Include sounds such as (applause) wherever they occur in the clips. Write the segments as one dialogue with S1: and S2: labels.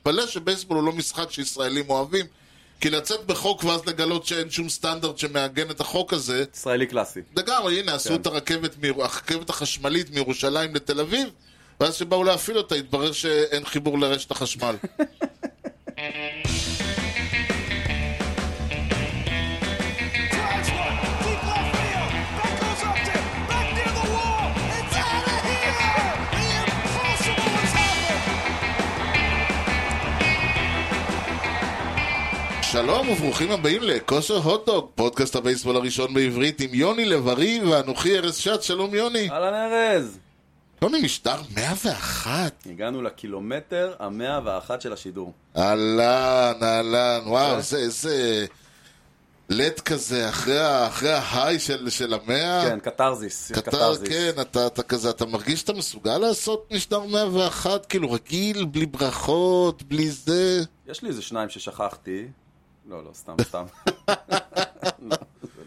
S1: מתפלא שבייסבול הוא לא משחק שישראלים אוהבים, כי לצאת בחוק ואז לגלות שאין שום סטנדרט שמעגן את החוק הזה,
S2: ישראלי קלאסי.
S1: לגמרי, הנה, עשו
S2: כן.
S1: את הרכבת, מיר- הרכבת החשמלית מירושלים לתל אביב, ואז כשבאו להפעיל אותה התברר שאין חיבור לרשת החשמל.
S3: Drives one, deep left field. That goes up to, back near the wall. It's out of here. The impossible has happened.
S1: שלום וברוכים הבאים לכושר הוטדוג, פודקאסט הבייסבול הראשון בעברית עם יוני לב-ארי ואנוכי ארז שץ, שלום יוני.
S2: אהלן ארז!
S1: יוני משדר 101.
S2: הגענו לקילומטר המאה ואחת של השידור.
S1: אהלן, אהלן, וואו,
S2: כן.
S1: זה איזה לט כזה, אחרי ה- אחרי ההיי של של המאה.
S2: כן, קתרזיס. יש
S1: אה. קטר,
S2: קתרזיס.
S1: כן, אתה, אתה כזה, אתה מרגיש שאתה מסוגל לעשות משדר 101, כאילו רגיל, בלי ברכות, בלי זה.
S2: יש לי איזה שניים ששכחתי. לא, לא,
S1: (laughs)
S2: סתם, סתם. לא, זה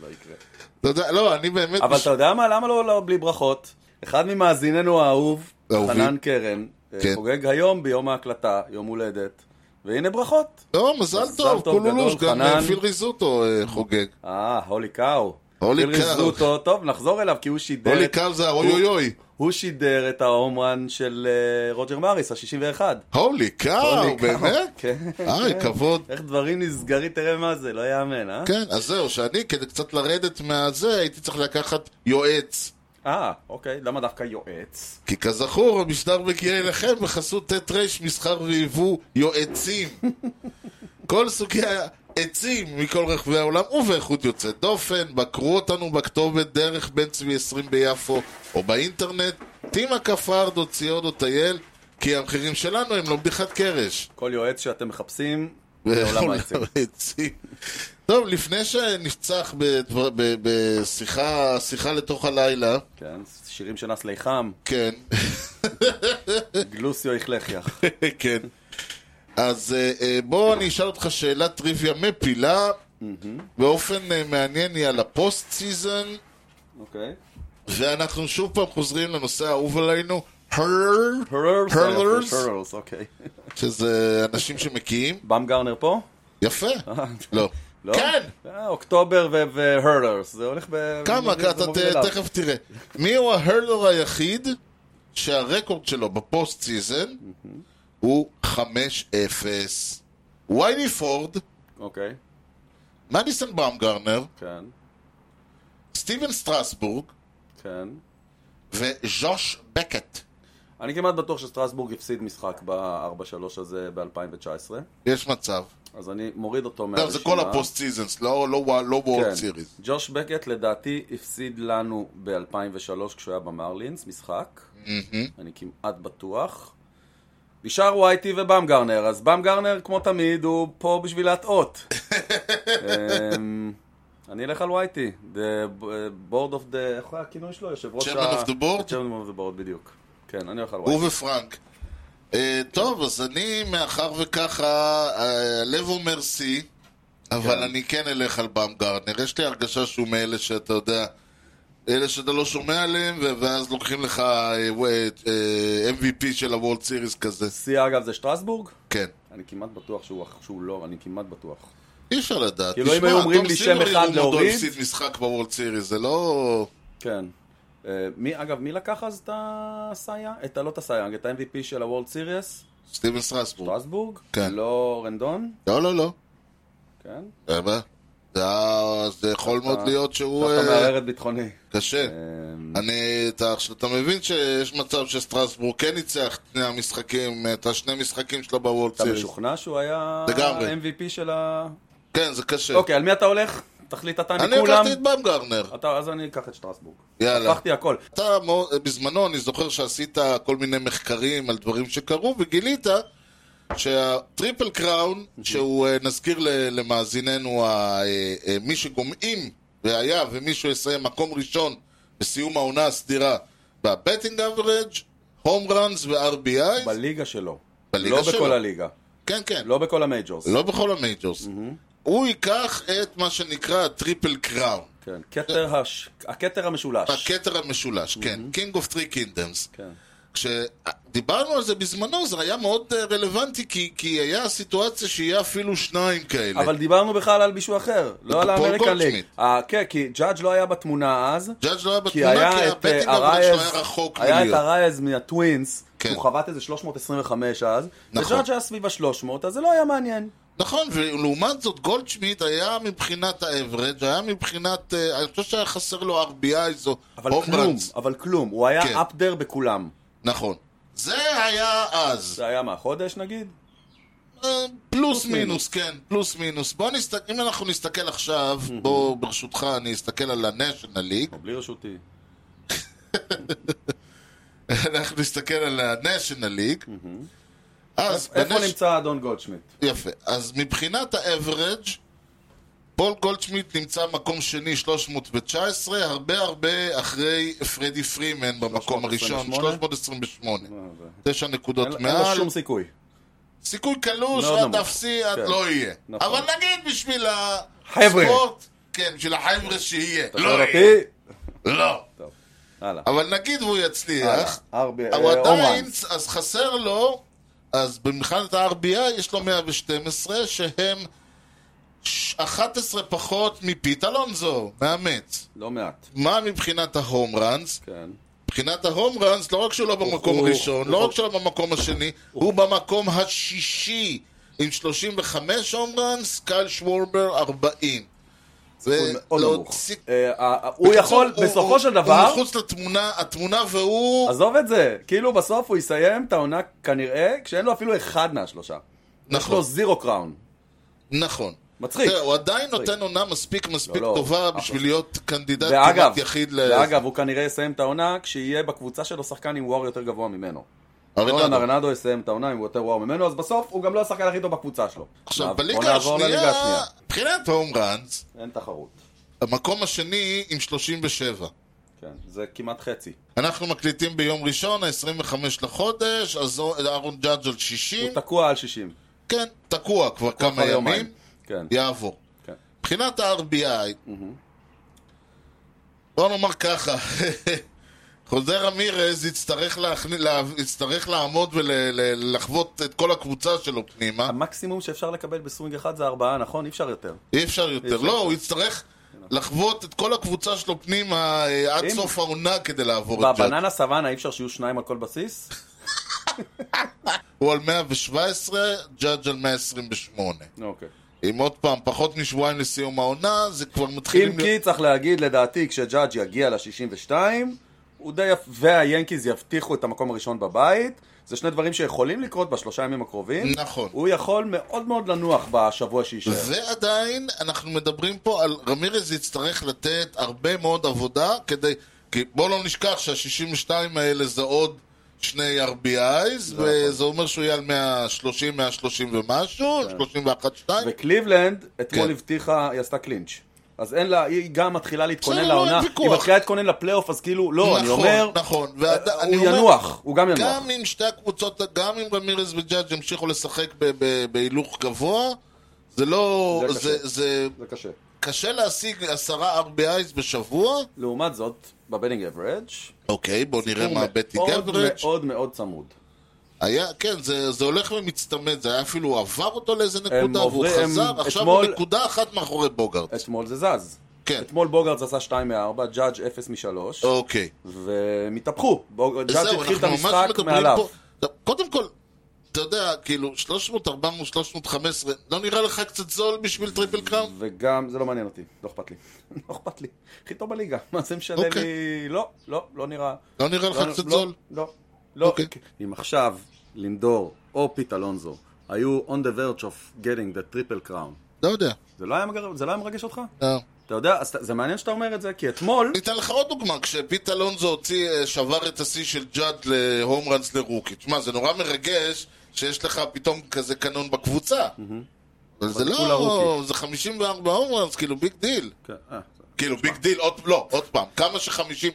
S2: לא יקרה.
S1: אתה יודע, לא, אני באמת...
S2: אבל אתה יודע מה? למה לא, לא בלי ברכות? אחד ממאזיננו האהוב,
S1: אהובים.
S2: חנן קרן, אה,
S1: כן.
S2: חוגג היום ביום ההקלטה, יום הולדת, והנה ברכות.
S1: לא, מזל
S2: מזל
S1: טוב,
S2: טוב
S1: קולולוש,
S2: גדול,
S1: גם
S2: חנן.
S1: אה, פיל ריזוטו אה, חוגג.
S2: אה, הולי קאו.
S1: הולי
S2: פיל
S1: קאו.
S2: ריזוטו, טוב, נחזור אליו, כי הוא שידר...
S1: הולי
S2: את-
S1: קאו זה
S2: הוא-
S1: האוי אוי אוי.
S2: הוא שידר את ההומרן של אה, רוג'ר מריס, ה-61.
S1: הולי קאו,
S2: הולי קאו.
S1: באמת?
S2: כן.
S1: היי, כבוד.
S2: איך דברים נסגרים, תראה מה זה, לא יאמן, אה?
S1: כן, אז זהו, שאני, כדי קצת לרדת מהזה, הייתי צריך לקחת יועץ.
S2: אה, אוקיי, למה דווקא יועץ?
S1: כי כזכור, המשדר מגיע אליכם בחסות ט' ר' מסחר ויבוא יועצים. כל סוגי העצים מכל רחבי העולם ובאיכות יוצאת דופן, בקרו אותנו בכתובת דרך בן צבי 20 ביפו או באינטרנט, טימה כפרד או ציוד או טייל, כי המחירים שלנו הם לא בדיחת קרש.
S2: כל יועץ שאתם מחפשים,
S1: (laughs) לא,
S2: בעולם
S1: בעולם
S2: העצים.
S1: העצים. טוב, לפני שנפצח בדבר- ב- בשיחה שיחה לתוך הלילה,
S2: כן, שירים של נס ליחם,
S1: כן,
S2: גלוסיו יחלחיח.
S1: (laughs) כן. אז אה, אה, בוא אני אשאל אותך שאלת טריוויה מפילה. באופן אה, מעניין היא על הפוסט סיזן,
S2: אוקיי.
S1: ואנחנו שוב פעם חוזרים לנושא האהוב עלינו, הרלר,
S2: הרלרס.
S1: הרלרס?
S2: הרלרס, אוקיי.
S1: שזה אנשים שמקיאים.
S2: במ גרנר פה?
S1: יפה.
S2: (laughs)
S1: לא.
S2: לא?
S1: כן!
S2: אה, אוקטובר ו- והרלרס, זה הולך ב...
S1: כמה,
S2: זה
S1: אתה ת-
S2: מוביל אליו.
S1: תכף תראה. מי הוא ההרלר היחיד שהרקורד שלו בפוסט סיזן הוא 5-0? ויילי פורד,
S2: אוקיי,
S1: מדיסון באומגרנר,
S2: כן,
S1: סטיבן סטרסבורג
S2: כן.
S1: וז'וש בקט.
S2: אני כמעט בטוח שסטרסבורג הפסיד משחק ב-4-3 הזה ב-2019,
S1: יש מצב.
S2: אז אני מוריד
S1: אתה
S2: אותו
S1: יודע, לא,
S2: מהרשימה.
S1: זה כל הפוסט סיזנס, לא
S2: כן.
S1: וורד סיריס.
S2: ג'וש בקט לדעתי הפסיד לנו ב-2003 כשהוא היה במרלינס, משחק. אני כמעט בטוח. נשאר וייטי ובמגרנר, אז במגרנר כמו תמיד הוא פה בשביל להטעות.
S1: (laughs)
S2: אמ, אני אלך על וייטי, the uh, board of the, איך היה הכינוי שלו? יושב ראש
S1: Chairman of the board?
S2: chairman of the board, בדיוק. כן, אני הולך על וייטי.
S1: הוא ופרנק. אה, טוב, אז אני, מאחר וככה, אה, הלב אומר שיא, אבל
S2: כן.
S1: אני כן אלך על באומגרטנר. יש לי הרגשה שהוא מאלה שאתה יודע, אלה שאתה לא שומע עליהם, ו- ואז לוקחים לך אה, ו- אה, MVP של הוולד סיריס כזה.
S2: שיא אגב זה שטרסבורג?
S1: כן.
S2: אני כמעט בטוח שהוא שהוא לא, אני כמעט בטוח.
S1: אי אפשר לדעת.
S2: כאילו, אם
S1: תשמע,
S2: היו אומרים
S1: תום
S2: לי שם
S1: סילברין
S2: אחד
S1: הוא
S2: להוריד-
S1: מודו הפסיד משחק בוולד סיריס, זה לא...
S2: כן. אה, מי, אגב, מי לקח אז את הסייאנג? את ה... לא את הסייאנג, את ה-MVP של הוולד סיריוס?
S1: סטיבן סטרסבורג.
S2: טרסבורג?
S1: כן.
S2: לא רנדון?
S1: לא, לא, לא.
S2: כן.
S1: אתה יודע מה? זה היה- זה יכול מאוד להיות שהוא...
S2: אתה
S1: אה,
S2: מערער את ביטחוני.
S1: קשה.
S2: אה,
S1: אני, אתה, עכשיו, אתה מבין שיש מצב שסטרסבורג כן ניצח את שני המשחקים, את השני משחקים שלו בוולד
S2: אתה
S1: סיריס.
S2: משוכנע שהוא היה
S1: לגמרי.
S2: MVP של ה...
S1: כן, זה קשה.
S2: אוקיי, על מי אתה הולך? תחליט אתה
S1: אני
S2: מכולם.
S1: לקחתי את במגרנר.
S2: אתה- אז אני אקח את שטרסבורג.
S1: יאללה.
S2: הפכתי הכל.
S1: אתה, מו- בזמנו, אני זוכר שעשית כל מיני מחקרים על דברים שקרו, וגילית שהטריפל קראון, שהוא, אה, נזכיר ל- למאזיננו, ה- אה, אה, מי שגומעים, והיה ומישהו יסיים מקום ראשון בסיום העונה הסדירה, בבטינג אברג', הום ראנס ו-RBI,
S2: בליגה שלו.
S1: בליגה
S2: לא
S1: שלו.
S2: בכל הליגה.
S1: כן, כן.
S2: לא בכל המייג'ורס.
S1: לא בכל המייג'ורס. הוא ייקח את מה שנקרא הטריפל קראון.
S2: כן. כתר הש- הכתר המשולש. Mm-hmm.
S1: הכתר המשולש, כן. King of Three Kingdoms.
S2: כן.
S1: כשדיברנו על זה בזמנו, זה היה מאוד אה, רלוונטי, כי, כי היה סיטואציה שיהיה אפילו שניים כאלה.
S2: אבל דיברנו בכלל על מישהו אחר, לא על
S1: פול
S2: האמריקן ליג.
S1: גולדשמידט.
S2: אה, כן, כי ג'אדג' לא היה בתמונה אז.
S1: ג'אדג' לא היה
S2: כי
S1: בתמונה, כי
S2: היה את אה,
S1: הבטינג אברג' שלו היה
S2: הרייז,
S1: רחוק
S2: היה את
S1: מלהיות.
S2: הרייז מהטווינס,
S1: כן.
S2: שהוא חבט איזה 325 אז,
S1: נכון.
S2: וג'אדג' היה סביב ה-300, אז זה לא היה מעניין.
S1: נכון, ולעומת זאת גולדשמיד היה מבחינת האברג', היה מבחינת, אה, אני חושב שהיה חסר לו RBI או
S2: אבל
S1: home
S2: כלום,
S1: runs.
S2: אבל כלום, הוא
S1: כן.
S2: היה אפדר בכולם.
S1: נכון. זה היה אז.
S2: זה היה מהחודש נגיד?
S1: אה, פלוס מינוס, כן, פלוס מינוס. בוא נסתכל, אם אנחנו נסתכל עכשיו, בוא ברשותך אני אסתכל על ה-National League.
S2: או בלי רשותי. אוקיי.
S1: (laughs) אנחנו נסתכל על ה-National League. אז
S2: איפה
S1: בנש-
S2: נמצא אדון גולדשמיט?
S1: יפה. אז מבחינת האברג' פול גולדשמיט נמצא מקום שני, 319, הרבה הרבה אחרי פרדי פרימן במקום הראשון, 328.
S2: אה, זה-
S1: תשע
S2: אין-
S1: נקודות
S2: אין לו
S1: מעל.
S2: שום סיכוי.
S1: סיכוי קלוש
S2: מאוד
S1: עד
S2: נמוך.
S1: אפסי עד
S2: כן.
S1: לא יהיה.
S2: נכון.
S1: אבל נגיד בשביל
S2: חבר'ה.
S1: הספורט, כן, בשביל החבר'ה שיהיה.
S2: אתה
S1: לא
S2: שואל
S1: יהיה.
S2: אותי?
S1: לא.
S2: טוב, הלאה.
S1: אבל נגיד והוא יצליח,
S2: ארבי,
S1: הוא
S2: אה,
S1: עדיין,
S2: הומראנס.
S1: אז חסר לו, אז במבחנת ה-RBI יש לו 112, שהם ש- 11 פחות מפיט אלונזו, מאמץ.
S2: לא מעט.
S1: מה מבחינת ההום ראנס?
S2: כן.
S1: מבחינת ההום ראנס, לא רק שהוא לא במקום
S2: הוא-
S1: ראשון,
S2: הוא-
S1: לא רק שהוא לא במקום השני, הוא במקום השישי עם 35 הום ראנס, קייל שוורבר 40. זה
S2: מאוד נמוך.
S1: להוציא-
S2: אה, אה, אה, הוא יכול,
S1: הוא-
S2: בסופו
S1: הוא-
S2: של דבר,
S1: הוא מחוץ לתמונה, התמונה והוא...
S2: עזוב את זה, כאילו בסוף הוא יסיים את העונה כנראה, כשאין לו אפילו אחד מהשלושה. יש
S1: נכון.
S2: לו זירו קראון.
S1: נכון.
S2: מצחיק.
S1: תראה, הוא עדיין
S2: מצחיק.
S1: נותן עונה מספיק מספיק
S2: לא, לא,
S1: טובה
S2: אחלה.
S1: בשביל להיות קנדידט
S2: ואגב,
S1: כמעט יחיד ל...
S2: ואגב, הוא כנראה יסיים את העונה כשתהיה בקבוצה שלו שחקן עם וואר יותר גבוה ממנו. רולן
S1: ארנדו.
S2: ארנדו יסיים את העונה עם יותר וואר ממנו, אז בסוף הוא גם לא השחקן הכי טוב בקבוצה שלו.
S1: עכשיו,
S2: נע- בוא
S1: בליגה
S2: נעבור לליגה
S1: השנייה,
S2: השנייה.
S1: מבחינת הום ראנס,
S2: אין תחרות.
S1: המקום השני עם 37.
S2: כן, זה כמעט חצי.
S1: אנחנו מקליטים ביום ראשון, ה-25 לחודש, אז אהרון ג'אדג' על 60.
S2: הוא תקוע על 60.
S1: כן, תקוע כבר כמה
S2: כבר יומיים.
S1: ימים,
S2: כן,
S1: יעבור.
S2: כן.
S1: מבחינת ה-RBI, בוא נאמר ככה, (laughs) חוזר אמירז יצטרך, להכני, לה, יצטרך לעמוד ולחוות את כל הקבוצה שלו פנימה,
S2: המקסימום שאפשר לקבל בסווינג אחד זה ארבעה, נכון? אי אפשר יותר.
S1: אי אפשר יותר.
S2: אפשר
S1: לא,
S2: יותר.
S1: הוא יצטרך לחוות את כל הקבוצה שלו פנימה אה, עד
S2: נכון. אם-
S1: סוף העונה כדי לעבור את ג'אט.
S2: בבננה סוואנה אי אפשר שיהיו שניים על כל
S1: (laughs)
S2: בסיס?
S1: הוא על 117, ג'אדג' על 128.
S2: אוקיי.
S1: אם עוד פעם, פחות משבועיים לסיום העונה, זה כבר מתחילים...
S2: אם
S1: להיות-
S2: כי צריך להגיד, לדעתי, כשג'אדג' יגיע ל-62, הוא די... יפ- והיאנקיז יבטיחו את המקום הראשון בבית, זה שני דברים שיכולים לקרות בשלושה ימים הקרובים.
S1: נכון.
S2: הוא יכול מאוד מאוד לנוח בשבוע שיישאר.
S1: ועדיין, אנחנו מדברים פה על רמירז יצטרך לתת הרבה מאוד עבודה כדי... כי בואו לא נשכח שה-62 האלה זה עוד שני RBIs,
S2: נכון.
S1: וזה אומר שהוא יהיה על 130, 130 ומשהו,
S2: כן.
S1: 31, 2.
S2: וקליבלנד אתמול
S1: כן.
S2: הבטיחה, היא עשתה קלינץ'. אז אין לה, היא גם מתחילה להתכונן
S1: בסדר,
S2: לעונה,
S1: לא, אין ויכוח.
S2: היא מתחילה להתכונן לפלייאוף, אז כאילו, לא, אני אומר,
S1: נכון,
S2: אה,
S1: ועד- אני
S2: הוא
S1: אומר,
S2: ינוח, הוא גם ינוח.
S1: גם אם שתי הקבוצות, גם אם רמירז וג'אדג' ימשיכו לשחק ב- ב- בהילוך גבוה, זה לא...
S2: זה קשה.
S1: זה- זה
S2: זה קשה.
S1: קשה להשיג עשרה RBIs בשבוע.
S2: לעומת זאת, בבטינג אברג',
S1: אוקיי, בוא נראה
S2: הוא
S1: מה הבטינג
S2: מאוד
S1: אברג'.
S2: מאוד מאוד צמוד.
S1: היה, כן, זה, זה הולך ומצטמד, זה היה אפילו, הוא עבר אותו לאיזה
S2: הם
S1: נקודה, והוא
S2: עוברים- הם-
S1: חזר, עכשיו
S2: אתמול-
S1: הוא נקודה אחת מאחורי בוגארד.
S2: אתמול זה זז.
S1: כן.
S2: אתמול בוגרדס עשה 2 מ-4, ג'אדג' 0 מ-3,
S1: אוקיי.
S2: והם התהפכו. בוג- ג'אדג'
S1: זהו,
S2: התחיל את
S1: אנחנו ממש
S2: המשחק
S1: מדברים
S2: מעליו.
S1: פה... טוב, קודם כל, אתה יודע, כאילו, 300, 400, 315, לא נראה לך קצת זול בשביל טריפל קראון?
S2: וגם, זה לא מעניין אותי, לא אכפת לי. (laughs) לא אכפת לי. הכי טוב בליגה. מה זה משנה
S1: אוקיי.
S2: לי? לא, לא, לא נראה.
S1: לא נראה לך
S2: לא,
S1: קצת
S2: לא,
S1: זול?
S2: לא, לא.
S1: אוקיי.
S2: אם עכשיו לינדור או פיט אלונזו היו on the verge of getting the triple crown,
S1: לא יודע.
S2: זה לא היה מגר- זה לא היה מרגש אותך?
S1: לא.
S2: אתה יודע, אז אתה- זה מעניין שאתה אומר את זה, כי אתמול...
S1: אני אתן לך עוד דוגמה, כשפיט אלונזו הוציא, אה, שבר את השיא של ג'אד להום ראנס לרוקי. תשמע, זה נורא מרגש שיש לך פתאום כזה קנון בקבוצה. אבל זה
S2: אבל כולה
S1: לא,
S2: רוקי.
S1: זה 54 הום ראנס, כאילו ביג דיל.
S2: כן, אה, זה-
S1: כאילו ביג דיל, עוד, לא, עוד פעם, כמה שחמישים...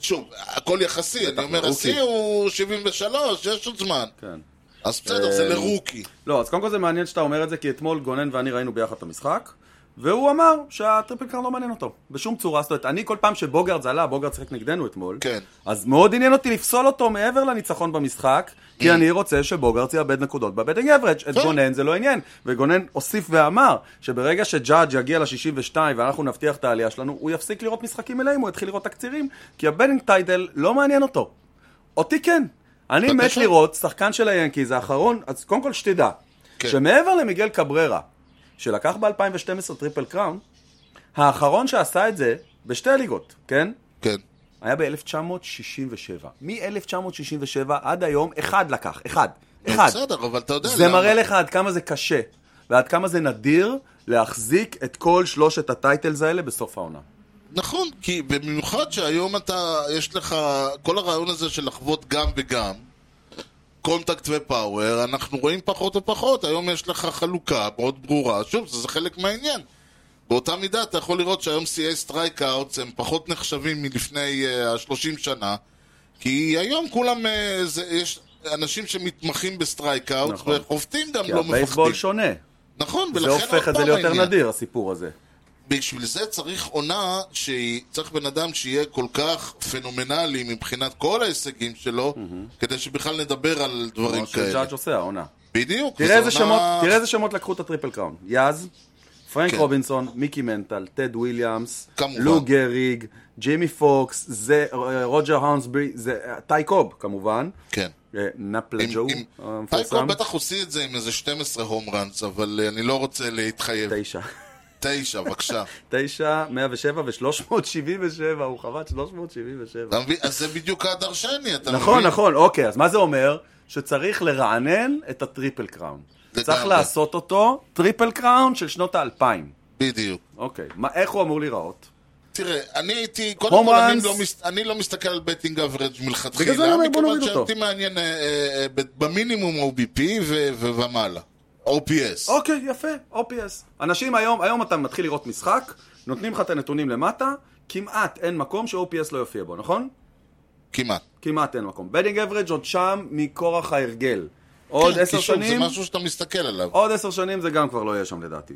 S1: שוב, הכל יחסי, אני אומר,
S2: לרוקי.
S1: השיא הוא 73, יש עוד זמן.
S2: כן.
S1: אז בסדר, זה לרוקי.
S2: לא, אז קודם כל זה מעניין שאתה אומר את זה, כי אתמול גונן ואני ראינו ביחד את המשחק, והוא אמר שהטריפל קארד לא מעניין אותו, בשום צורה. זאת אומרת, אני כל פעם שבוגרד עלה, בוגרד שיחק נגדנו אתמול,
S1: כן.
S2: אז מאוד עניין אותי לפסול אותו מעבר לניצחון במשחק, כי אני רוצה שבוגרד יאבד נקודות בבטינג אברג'. את
S1: כן.
S2: גונן זה לא עניין, וגונן הוסיף ואמר שברגע שג'אדג' יגיע ל-62 ואנחנו נבטיח את העלייה שלנו, הוא יפסיק לראות משחקים מלאים, הוא יתחיל לראות תקצירים, כי הבטינג טייטל לא מעניין אותו. אותי כן. אני מת
S1: בבקשה.
S2: לראות שחקן של היאנקיז האחרון, אז קודם כל שתדע,
S1: כן.
S2: שמעבר למיגל קבררה, שלקח ב-2012 טריפל קראון, האחרון שעשה את זה בשתי ליגות, כן?
S1: כן.
S2: היה ב-1967. מ-1967 עד היום, אחד לקח, אחד.
S1: נו,
S2: אחד.
S1: לא, בסדר, אבל אתה יודע...
S2: זה
S1: למה-
S2: מראה לך עד כמה זה קשה, ועד כמה זה נדיר להחזיק את כל שלושת הטייטלס האלה בסוף העונה.
S1: נכון, כי במיוחד שהיום אתה, יש לך, כל הרעיון הזה של לחוות גם וגם, קונטקט ופאוור, אנחנו רואים פחות ופחות, היום יש לך חלוקה מאוד ברורה, שוב, זה חלק מהעניין. באותה מידה אתה יכול לראות שהיום CA סטרייקאוטס הם פחות נחשבים מלפני ה-30 שנה, כי היום כולם, אה, זה, יש אנשים שמתמחים בסטרייקאוטס,
S2: נכון.
S1: וחובטים גם
S2: כי
S1: לא
S2: הבייסבול
S1: מפחדים.
S2: שונה.
S1: נכון,
S2: זה
S1: ולכן עוד
S2: הופך את זה
S1: פעם
S2: ליותר
S1: העניין. אוקיי.
S2: נדיר, הסיפור הזה.
S1: בשביל זה צריך עונה שהיא, צריך בן אדם שיהיה כל כך פנומנלי מבחינת כל ההישגים שלו, כדי שבכלל נדבר על דברים
S2: כמו
S1: כאלה.
S2: שג'אדג' עושה העונה.
S1: בדיוק.
S2: תראה
S1: וזו
S2: איזה
S1: עונה-
S2: שמות, תראה איזה שמות לקחו את הטריפל קראון. יאז, פרנק
S1: כן.
S2: רובינסון, מיקי מנטל, טד וויליאמס,
S1: כמובן.
S2: לו גריג, ג'ימי פוקס, זה אה, רוג'ר האונסברי, זה אה, טי קוב כמובן,
S1: כן.
S2: אה, נפלה
S1: עם-
S2: ג'ו
S1: עם-
S2: המפורסם,
S1: טייקו בטח הוציא את זה עם איזה 12 הום ראנס, אבל אה, אני לא רוצה להתחייב.
S2: תשע. (laughs)
S1: תשע, בבקשה.
S2: תשע, מאה ושבע ושלוש מאות שבעים ושבע, הוא חבט שלוש מאות שבעים ושבע.
S1: אתה מבין? אז זה בדיוק הדרשני, אתה מבין?
S2: נכון, נכון, אוקיי, אז מה זה אומר? שצריך לרענן את הטריפל קראון.
S1: לגמרי.
S2: צריך לעשות אותו טריפל קראון של שנות האלפיים.
S1: בדיוק.
S2: אוקיי, מה- איך הוא אמור להיראות?
S1: תראה, אני הייתי, קודם
S2: הום
S1: כל אני
S2: ראנס.
S1: לא, מס, אני לא מסתכל על בטינג אברג' מלכתחילה,
S2: בגלל זה אני אומר, בוא נוריד
S1: מכיוון
S2: אותו.
S1: שאותי מעניין אה, אה, אה, ב- במינימום OBP ו- ו- ומעלה, OPS.
S2: אוקיי, יפה, OPS. אנשים היום, היום אתה מתחיל לראות משחק, נותנים לך את הנתונים למטה, כמעט אין מקום ש-OPS לא יופיע בו, נכון?
S1: כמעט.
S2: כמעט אין מקום. בדינג אברג' עוד שם מכורח ההרגל. עוד
S1: כן,
S2: עשר
S1: כי שוב,
S2: שנים, אוקיי.
S1: זה משהו שאתה מסתכל עליו.
S2: עוד עשר שנים זה גם כבר לא יהיה שם לדעתי.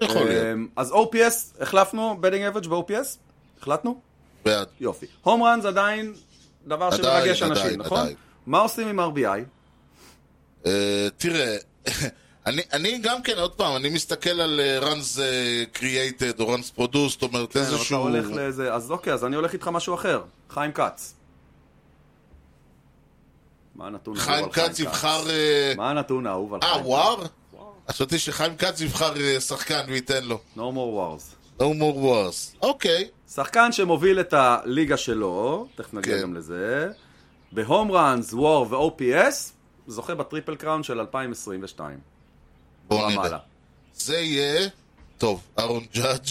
S1: יכול להיות.
S2: אמ, אז OPS, החלפנו בדינג אברג' ב-OPS? החלטנו?
S1: בעד.
S2: יופי. הום ראנס עדיין דבר
S1: עדיין,
S2: שמרגש אנשים,
S1: עדיין,
S2: נכון?
S1: עדיין.
S2: מה עושים עם RBI?
S1: אה, תראה, (laughs) אני, אני גם כן, עוד פעם, אני מסתכל על אה, ראנס קריאייטד או ראנס פרודוס, זאת אומרת
S2: כן, אתה
S1: איזשהו...
S2: הולך לאיזה... אז אוקיי, אז אני הולך איתך משהו אחר. חיים כץ. מה הנתון האהוב
S1: חיים
S2: על
S1: כץ יבחר... אה,
S2: מה הנתון האהוב על
S1: אה,
S2: חיים כץ?
S1: וואר? חשבתי שחיים כץ יבחר אה, שחקן וייתן לו.
S2: No more wars.
S1: No more wars. אוקיי.
S2: שחקן שמוביל את הליגה שלו, תכף נגיע
S1: כן.
S2: גם לזה, בהום ראנס, וור ו-OPS, זוכה בטריפל קראון של 2022.
S1: בואו
S2: רמאללה.
S1: נראה. זה יהיה... טוב, אהרון
S2: (laughs)
S1: ג'אדג',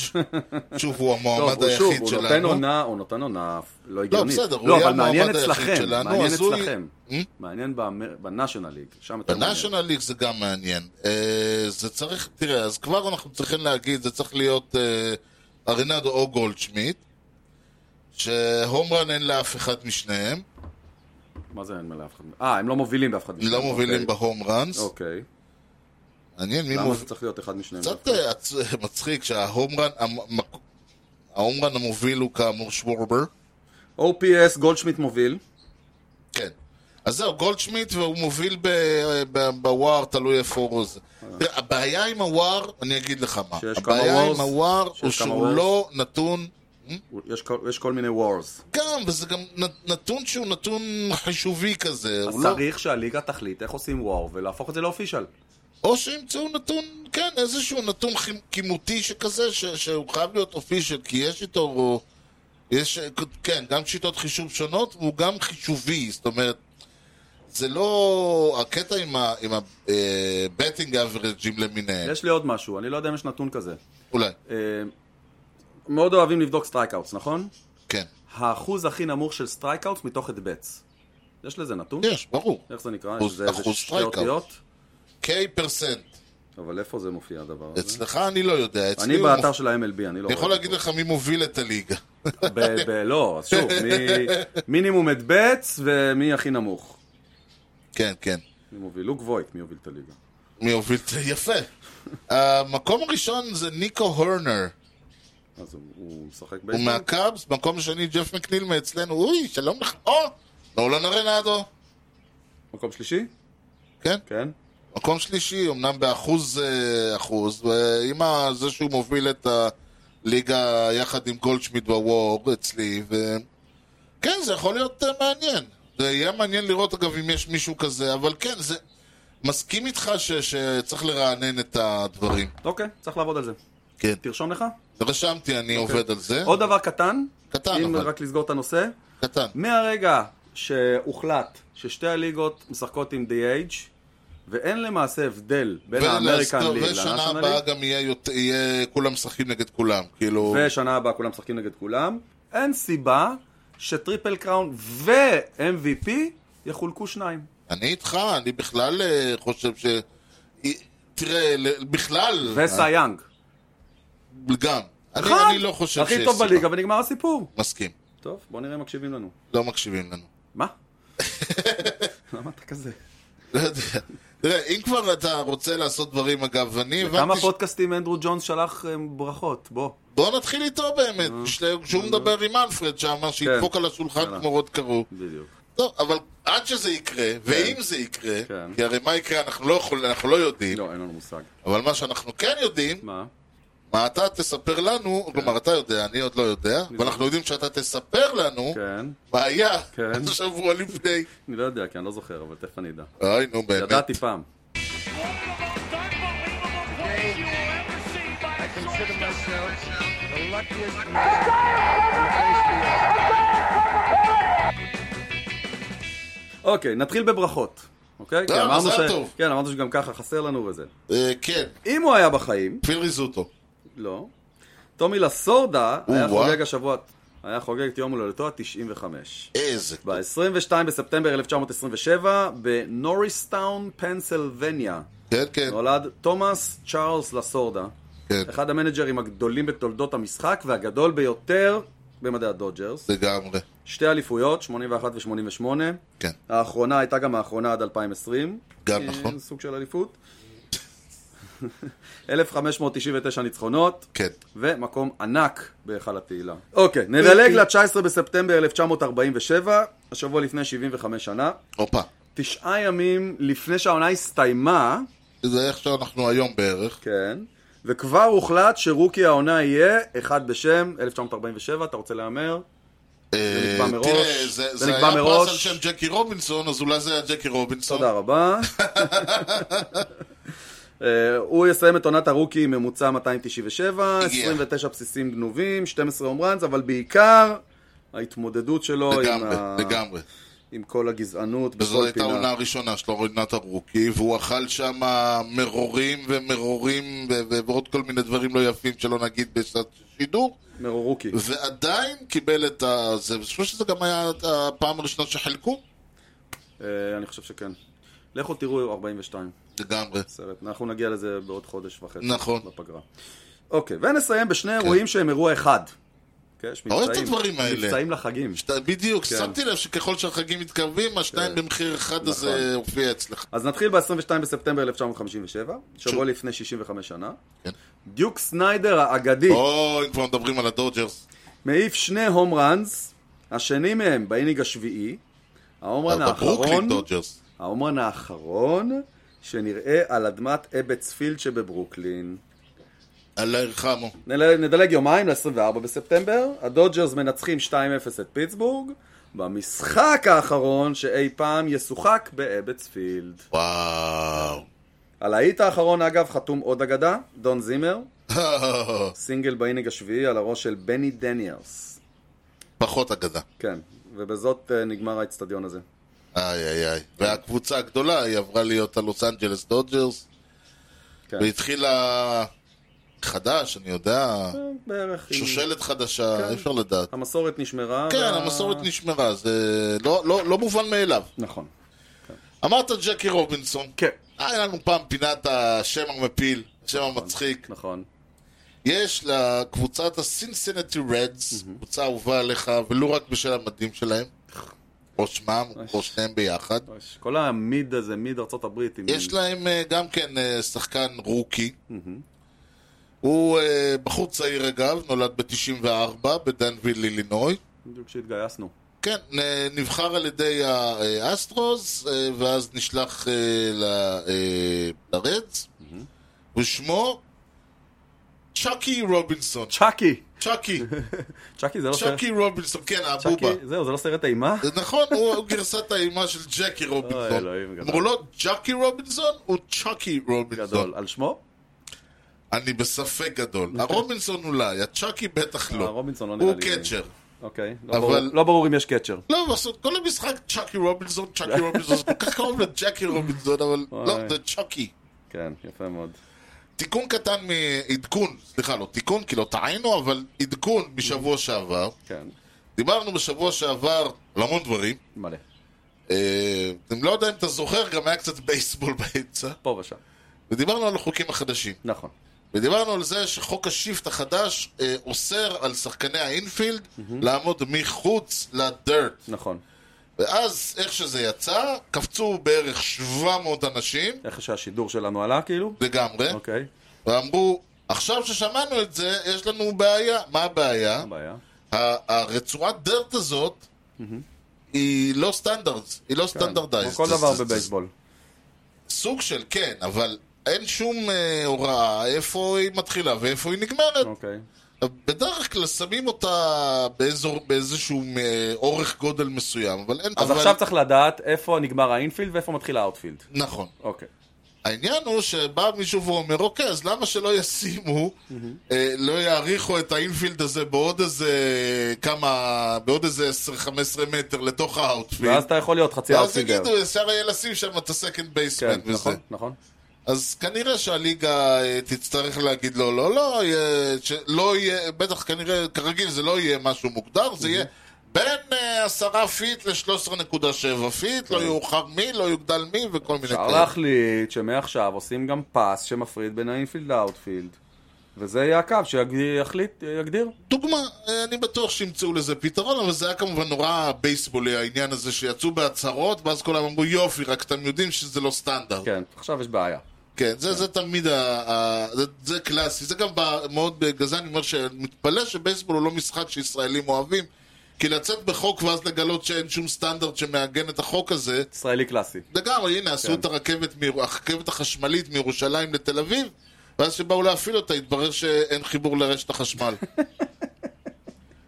S1: שוב הוא
S2: טוב,
S1: המועמד
S2: לא, הוא שוב,
S1: היחיד
S2: הוא נותן
S1: שלנו.
S2: עונה, הוא נותן עונה לא
S1: לא,
S2: הגיונית.
S1: בסדר, הוא
S2: לא,
S1: יהיה
S2: אבל מעניין
S1: המועמד היחיד
S2: אצלכם,
S1: שלנו,
S2: מעניין
S1: אז הוא
S2: אצלכם.
S1: יהיה-
S2: מעניין באמר- בנאשונל ליג, שם יותר מעניין.
S1: בנאשונל ליג זה גם מעניין. אה, זה צריך, תראה, אז כבר אנחנו צריכים להגיד, זה צריך להיות אה, ארנדו או גולדשמיט, שהומרן אין לאף אחד משניהם,
S2: מה זה אין מלא אף אחד? אה, הם לא מובילים באף אחד
S1: הם לא מובילים
S2: אוקיי.
S1: בהום ראנס.
S2: אוקיי.
S1: מעניין מי
S2: למה
S1: מוביל.
S2: זה צריך להיות אחד משניהם?
S1: קצת אה, עצ- מצחיק שההומרן, המק- ההומרן המוביל הוא כאמור שוורבר. אה,
S2: OPS גולדשמיט מוביל.
S1: כן. אז זהו, גולדשמיט, והוא מוביל ב- ב- בוואר, תלוי איפה הוא זה. תראה, הבעיה עם הוואר, אני אגיד לך מה.
S2: שיש כמה
S1: הבעיה
S2: וורס,
S1: עם הוואר
S2: שיש
S1: הוא
S2: כמה
S1: שהוא
S2: וורס.
S1: לא נתון...
S2: הוא- יש כל- יש כל מיני וורס.
S1: גם, וזה גם נ- נתון שהוא נתון חישובי כזה.
S2: אז
S1: הוא לא...
S2: צריך שהליגה תחליט איך עושים וור ולהפוך את זה לאופישל.
S1: או שימצאו נתון, כן, איזשהו נתון חימ- כימותי שכזה, ש- שהוא חייב להיות אופישל, כי יש איתו... הוא- יש, כן, גם שיטות חישוב שונות, והוא גם חישובי, זאת אומרת, זה לא... הקטע עם ה-betting averageים למיניהם,
S2: יש לי עוד משהו, אני לא יודע אם יש נתון כזה.
S1: אולי,
S2: אה, מאוד אוהבים לבדוק סטרייקאוטס, נכון?
S1: כן.
S2: האחוז הכי נמוך של סטרייקאוטס מתוך את בטס. יש לזה נתון?
S1: יש, ברור.
S2: איך זה נקרא?
S1: כן. אחוז-
S2: זה איזה
S1: אחוז
S2: שתי
S1: strikeout.
S2: אותיות?
S1: K פרסנט.
S2: אבל איפה זה מופיע הדבר הזה?
S1: אצלך אני לא יודע, אצלי
S2: אני
S1: הוא...
S2: באתר
S1: מופ-
S2: של ה-MLB, אני לא...
S1: אני יכול
S2: רואה.
S1: להגיד לך מי מוביל את הליגה.
S2: ב- ב- לא, אז שוב, מ- מינימום את בטס ומי הכי נמוך.
S1: כן, כן.
S2: מי מוביל? לוק וויט, מי הוביל את הליגה?
S1: מי הוביל את זה? יפה. המקום הראשון זה ניקו הורנר.
S2: אז הוא- הוא משחק
S1: הוא
S2: בייסבול?
S1: מהקאבס, מקום שני ג'ף מקניל מאצלנו, אוי, שלום לך, או, לא, נולן רנדו,
S2: מקום שלישי?
S1: כן?
S2: כן.
S1: מקום שלישי, אמנם באחוז אה, אחוז, אה, עם ה- זה שהוא מוביל את הליגה יחד עם גולדשמיד בוור אצלי, ו... כן, זה יכול להיות אה, מעניין. זה יהיה מעניין לראות, אגב, אם יש מישהו כזה, אבל כן, זה... מסכים איתך ש... שצריך לרענן את הדברים.
S2: אוקיי, צריך לעבוד על זה.
S1: כן.
S2: תרשום לך.
S1: רשמתי, אני עובד על זה.
S2: עוד דבר קטן,
S1: כן. קטן,
S2: אם
S1: אבל.
S2: רק לסגור את הנושא,
S1: קטן.
S2: מהרגע שהוחלט ששתי הליגות משחקות עם DH, ואין למעשה הבדל בין האמריקן
S1: ולהסתובב,
S2: ליג
S1: ושנה
S2: לנאשונל
S1: הבאה
S2: ליג,
S1: גם יהיה, יות- יהיה כולם משחקים נגד כולם, כאילו...
S2: ושנה הבאה כולם משחקים נגד כולם, אין סיבה שטריפל קראון ו-MVP יחולקו שניים.
S1: אני איתך, אני בכלל אה, חושב ש... אי- תראה, ל- בכלל...
S2: וסייאנג.
S1: אה, גם. אני,
S2: נכון?
S1: כן, אני לא חושב
S2: הכי
S1: שיש
S2: טוב
S1: סיבה.
S2: בליגה ונגמר הסיפור.
S1: מסכים.
S2: טוב, בוא נראה אם מקשיבים לנו.
S1: לא מקשיבים לנו. (laughs)
S2: מה? למה אתה כזה?
S1: לא יודע. תראה, אם כבר אתה רוצה לעשות דברים, אגב, אני
S2: כמה
S1: הבנתי... ש...
S2: פודקאסטים אנדרו ג'ונס שלח אה, ברכות, בוא.
S1: בוא נתחיל איתו באמת, בשביל- כשהוא מדבר עם אלפרד שאמר שידפוק על השולחן
S2: כן. יאללה.
S1: כמו רוד קרוב.
S2: בדיוק.
S1: טוב, אבל עד שזה יקרה, ואם זה יקרה,
S2: כן.
S1: כי הרי מה יקרה אנחנו לא יכולים, אנחנו לא יודעים,
S2: לא, אין לנו מושג.
S1: אבל מה שאנחנו כן יודעים,
S2: מה? כן.
S1: מה אתה תספר לנו, כלומר אתה יודע, אני עוד לא יודע, ואנחנו יודעים שאתה תספר לנו
S2: כן.
S1: מה היה (laughs)
S2: כן.
S1: שבוע לפני.
S2: אני לא יודע, כי אני לא זוכר, אבל תכף אני אדע.
S1: אוי, נו באמת.
S2: ידעתי פעם.
S4: I consider myself the luckiest man.
S2: אוקיי, נתחיל בברכות. אוקיי?
S1: לא,
S2: כי אמרנו
S1: מזל טוב.
S2: כן, אמרנו שגם ככה חסר לנו וזה.
S1: אה, כן,
S2: אם הוא היה בחיים,
S1: פיל ריזוטו.
S2: לא. טומי לסורדה היה
S1: או-אה.
S2: חוגג השבוע, היה חוגג את יום הולדתו ה-95.
S1: איזה.
S2: ב-22 בספטמבר 1927, בנוריסטאון, פנסילבניה,
S1: כן, כן,
S2: נולד תומאס צ'ארלס לסורדה,
S1: כן,
S2: אחד המנג'רים הגדולים בתולדות המשחק והגדול ביותר במדעי הדודג'רס.
S1: לגמרי.
S2: שתי אליפויות, 81 ו-88.
S1: כן,
S2: האחרונה הייתה גם האחרונה עד 2020.
S1: גם
S2: אה,
S1: נכון.
S2: סוג של אליפות. (laughs) 1,599 ניצחונות,
S1: כן.
S2: ומקום ענק בהיכל התהילה. אוקיי, נדלג ל-19 בספטמבר 1947, השבוע לפני 75 שנה.
S1: הופה.
S2: תשעה ימים לפני שהעונה הסתיימה,
S1: זה איך שאנחנו היום בערך.
S2: כן, וכבר הוחלט שרוקי העונה יהיה אחד בשם 1947, אתה רוצה להמר?
S1: אה,
S2: נקבע מראש.
S1: תראה, זה
S2: זה
S1: זה
S2: נקבע
S1: היה פרס
S2: מראש.
S1: על שם ג'קי רובינסון, אז אולי זה היה ג'קי רובינסון.
S2: תודה (laughs) רבה. אה, הוא יסיים את עונת הרוקי עם ממוצע 297,
S1: הגיע.
S2: 29 בסיסים גנובים, 12 הום ראנס, אבל בעיקר ההתמודדות שלו עם,
S1: לגמרי,
S2: ה...
S1: לגמרי.
S2: עם כל הגזענות
S1: וזו
S2: בכל
S1: הייתה העונה
S2: פינה.
S1: הראשונה שלו, עונת הרוקי, והוא אכל שם מרורים ומרורים ו- ו- ועוד כל מיני דברים לא יפים שלא נגיד בשעת שידור,
S2: מרו רוקי.
S1: ועדיין קיבל את ה... זה, אני חושב שזה גם היה הפעם הראשונה שחילקו,
S2: אה, אני חושב שכן. לכו תראו 42.
S1: לגמרי.
S2: סרט. אנחנו נגיע לזה בעוד חודש וחצי.
S1: נכון.
S2: בפגרה. אוקיי, ונסיים בשני אירועים שהם אירוע אחד. אוקיי, יש
S1: אוהב את
S2: מבצעים.
S1: הדברים האלה.
S2: מבצעים לחגים.
S1: שאתה, בדיוק,
S2: כן.
S1: שמתי לב שככל שהחגים מתקרבים, השניים במחיר אחד
S2: נכון.
S1: הזה הופיע אצלך.
S2: אז נתחיל ב-22 בספטמבר 1957, שבוע
S1: שוב.
S2: לפני 65 שנה.
S1: כן.
S2: דיוק סניידר האגדי
S1: או, אם כבר מדברים על הדודג'רס,
S2: מעיף שני הום ראנס, השני מהם באינינג השביעי. ההום רן
S1: אה, בברוקלין
S2: האחרון,
S1: דודג'רס.
S2: ההום רן האחרון שנראה על אדמת אבץ פילד שבברוקלין.
S1: אללה ירחמו.
S2: נל- נדלג יומיים ל-24 בספטמבר, הדודג'רס מנצחים 2-0 את פיטסבורג, במשחק האחרון שאי פעם ישוחק באבץ פילד.
S1: וואו. (laughs)
S2: על האיט האחרון אגב חתום עוד אגדה, דון זימר, סינגל באינינג השביעי על הראש של בני דניאלס.
S1: פחות אגדה.
S2: כן, ובזאת אה, נגמר האצטדיון הזה.
S1: איי איי איי. והקבוצה הגדולה, היא עברה להיות הלוס אנג'לס דודג'רס,
S2: כן.
S1: והתחילה חדש, אני יודע,
S2: אה, בערך. עם-
S1: שושלת
S2: כן.
S1: חדשה, אי אפשר לדעת.
S2: המסורת נשמרה.
S1: כן,
S2: וה-
S1: המסורת נשמרה, זה לא- לא לא מובן מאליו.
S2: נכון.
S1: אמרת ג'קי רובינסון. אה,
S2: כן.
S1: היה לנו פעם פינת השם המפיל, השם המצחיק.
S2: נכון.
S1: יש לקבוצת הסינסינטי רדס, קבוצה אהובה עליך, ולו רק בשל המדים שלהם. או שמם, או שניהם ביחד.
S2: יש- כל המיד הזה, מיד ארצות הברית. עם-
S1: יש להם אה, גם כן אה, שחקן רוקי. הוא אה, בחור צעיר אגב, נולד ב-94 בדנוויל, אילינוי.
S2: בדיוק כשהתגייסנו.
S1: כן, נ- נבחר על ידי האסטרוס, אה, ואז נשלח אה, ל- אה, לרדס, ושמו צ'אקי רובינסון.
S2: צ'אקי! (laughs)
S1: צ'אקי,
S2: צ'אקי זה לא סרט...
S1: צ'אקי רובינסון, כן, הבובה.
S2: צ'אקי, זהו, זה לא סרט אימה?
S1: זה נכון, הוא הוא גרסת האימה של ג'קי
S2: אוי,
S1: רובינסון.
S2: אלוהים, גדול.
S1: אמרו לו ג'קי רובינסון, הוא צ'אקי רובינסון.
S2: גדול. על שמו?
S1: אני בספק גדול. הרובינסון אולי, הצ'אקי בטח
S2: אוקיי. אה,
S1: לא.
S2: רובינסון לא נראה לי.
S1: הוא קצ'ר.
S2: אוקיי. לא
S1: אבל-
S2: ברור- לא ברור אם יש קצ'ר.
S1: לא, הם עשו את כל המשחק צ'אקי רובינסון,
S2: (laughs)
S1: צ'אקי רובינסון, זה כל כך קרוב לג'קי רובינסון, אבל לא,
S2: וואי.
S1: זה צ'אקי.
S2: כן, יפה מאוד.
S1: תיקון קטן מעדכון, סליחה, לא תיקון, כי לא טעינו, אבל עדכון משבוע שעבר.
S2: כן.
S1: דיברנו בשבוע שעבר על המון דברים.
S2: מלא.
S1: אה, אני לא יודע אם אתה זוכר, גם היה קצת בייסבול באמצע.
S2: פה ושם.
S1: ודיברנו על החוקים החדשים.
S2: נכון.
S1: ודיברנו על זה שחוק השיפט החדש אה, אוסר על שחקני האינפילד לעמוד מחוץ לדירט.
S2: נכון.
S1: ואז, איך שזה יצא, קפצו בערך 700 אנשים,
S2: איך שהשידור שלנו עלה, כאילו?
S1: לגמרי,
S2: אוקיי.
S1: ואמרו, עכשיו ששמענו את זה, יש לנו בעיה. מה הבעיה?
S2: מה הבעיה? כן.
S1: ה- הרצועת דירט הזאת היא לא סטנדרט, היא לא
S2: כן, כמו
S1: סטנדרטייז.
S2: כל דבר בבייסבול.
S1: סוג של כן, אבל אין שום אה, הוראה איפה היא מתחילה ואיפה היא נגמרת.
S2: אוקיי.
S1: בדרך כלל שמים אותה באזור, באיזשהו אה, אורך גודל מסוים, אבל אין...
S2: אז
S1: אבל...
S2: עכשיו צריך לדעת איפה נגמר האינפילד ואיפה מתחיל האוטפילד.
S1: נכון.
S2: אוקיי.
S1: העניין הוא שבא מישהו ואומר, אוקיי, אז למה שלא ישימו, אה, לא יעריכו את האינפילד הזה בעוד איזה כמה, בעוד איזה 10-15 מטר לתוך
S2: ואז
S1: האאוטפילד?
S2: אתה יכול להיות חצי
S1: ואז
S2: האוטפילדר.
S1: יגידו, אפשר יהיה לשים שם את הסקנד בייסמן
S2: כן,
S1: וזה.
S2: נכון, נכון.
S1: אז כנראה שהליגה אה, תצטרך להגיד לא, לא, לא, יהיה- שלא יהיה, בטח כנראה, כרגיל זה לא יהיה משהו מוגדר, זה יהיה בין אה, עשרה פיט ל-13.7 פיט, לא יאוחר מי, לא יוגדל מי וכל מיני
S2: אפשר
S1: כאלה.
S2: להחליט שמעכשיו עושים גם פס שמפריד בין האינפילד לאוטפילד, וזה יהיה הקו שיחליט, יגדיר.
S1: דוגמה, אה, אני בטוח שימצאו לזה פתרון, אבל זה היה כמובן נורא בייסבולי העניין הזה שיצאו בהצהרות, ואז כולם אמרו יופי, רק אתם יודעים שזה לא סטנדרט.
S2: כן, עכשיו יש בעיה.
S1: כן, זה, זה תמיד, ה, ה, זה, זה קלאסי, זה גם ב- מאוד, בגלל זה אני אומר שמתפלא שבייסבול הוא לא משחק שישראלים אוהבים, כי לצאת בחוק ואז לגלות שאין שום סטנדרט שמעגן את החוק הזה,
S2: ישראלי קלאסי.
S1: לגמרי, הנה, עשו
S2: כן.
S1: את הרכבת, מיר- הרכבת החשמלית מירושלים לתל אביב, ואז כשבאו להפעיל אותה התברר שאין חיבור לרשת
S2: (laughs)
S1: החשמל.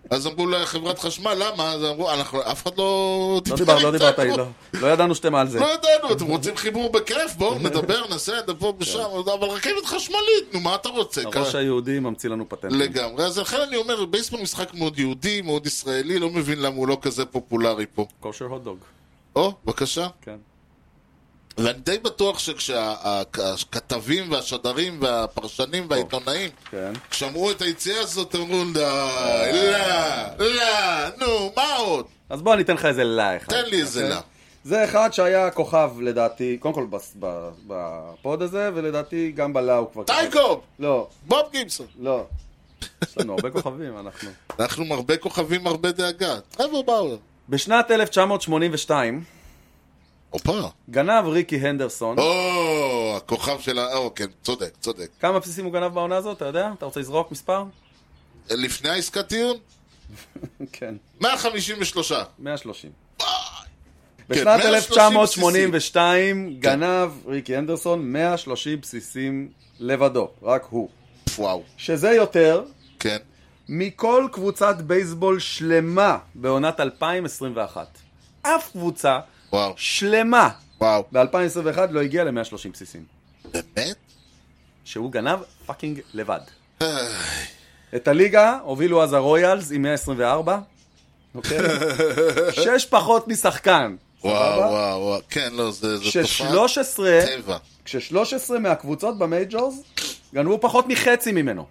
S1: אז אמרו לחברת חשמל, למה? אז אמרו, אנחנו, אף אחד לא
S2: לא דיברת,
S1: (laughs)
S2: לא דיברת,
S1: איתנו."
S2: לא. לא ידענו שאתם על זה.
S1: לא ידענו, אתם רוצים חיבור בכיף? בואו נדבר, נעשה את זה פה ושם, אבל רכבת חשמלית, נו, מה אתה רוצה?
S2: הראש היהודי ממציא לנו פטנטים.
S1: כן. לגמרי, אז לכן אני אומר, בייסבול משחק מאוד יהודי, מאוד ישראלי, לא מבין למה הוא לא כזה פופולרי פה.
S2: כושר הוטדוג.
S1: או, בבקשה.
S2: כן.
S1: ואני די בטוח שכשהכתבים והשדרים והפרשנים והעיתונאים
S2: כן.
S1: שמעו את היציאה הזאת, אמרו, לה, לה, לה, נו, מה עוד?
S2: אז בוא אני אתן לך איזה לה אחד.
S1: תן לי איזה
S2: אוקיי?
S1: לה.
S2: זה אחד שהיה כוכב לדעתי, קודם כל בס- ב- בפוד הזה, ולדעתי גם בלה הוא כבר...
S1: טייקוב!
S2: לא,
S1: בוב גימסון.
S2: לא. יש לנו הרבה כוכבים, אנחנו.
S1: אנחנו עם הרבה כוכבים, הרבה דאגה. טרבור באואר.
S2: בשנת 1982
S1: הופה.
S2: גנב ריקי הנדרסון.
S1: או, הכוכב של ה... או, כן, צודק, צודק.
S2: כמה בסיסים הוא גנב בעונה הזאת, אתה יודע? אתה רוצה לזרוק מספר?
S1: לפני העסקת טיעון?
S2: כן.
S1: 153.
S2: 130.
S1: כן,
S2: בשנת
S1: 130
S2: 1982 גנב ריקי הנדרסון 130 בסיסים לבדו, רק הוא.
S1: וואו.
S2: שזה יותר
S1: כן.
S2: מכל קבוצת בייסבול שלמה בעונת 2021. אף קבוצה
S1: וואו.
S2: שלמה
S1: וואו.
S2: ב-2021 לא הגיעה ל-130 בסיסים.
S1: באמת?
S2: שהוא גנב פאקינג לבד. את הליגה הובילו אז הרויאלס עם 124,
S1: (laughs)
S2: אוקיי? שש פחות משחקן.
S1: וואו,
S2: סבבה?
S1: וואו, וואו. כן, לא, זה זה תופעת
S2: ש-13,
S1: טבע.
S2: כש-13 מהקבוצות במייג'ורס גנבו פחות מחצי ממנו.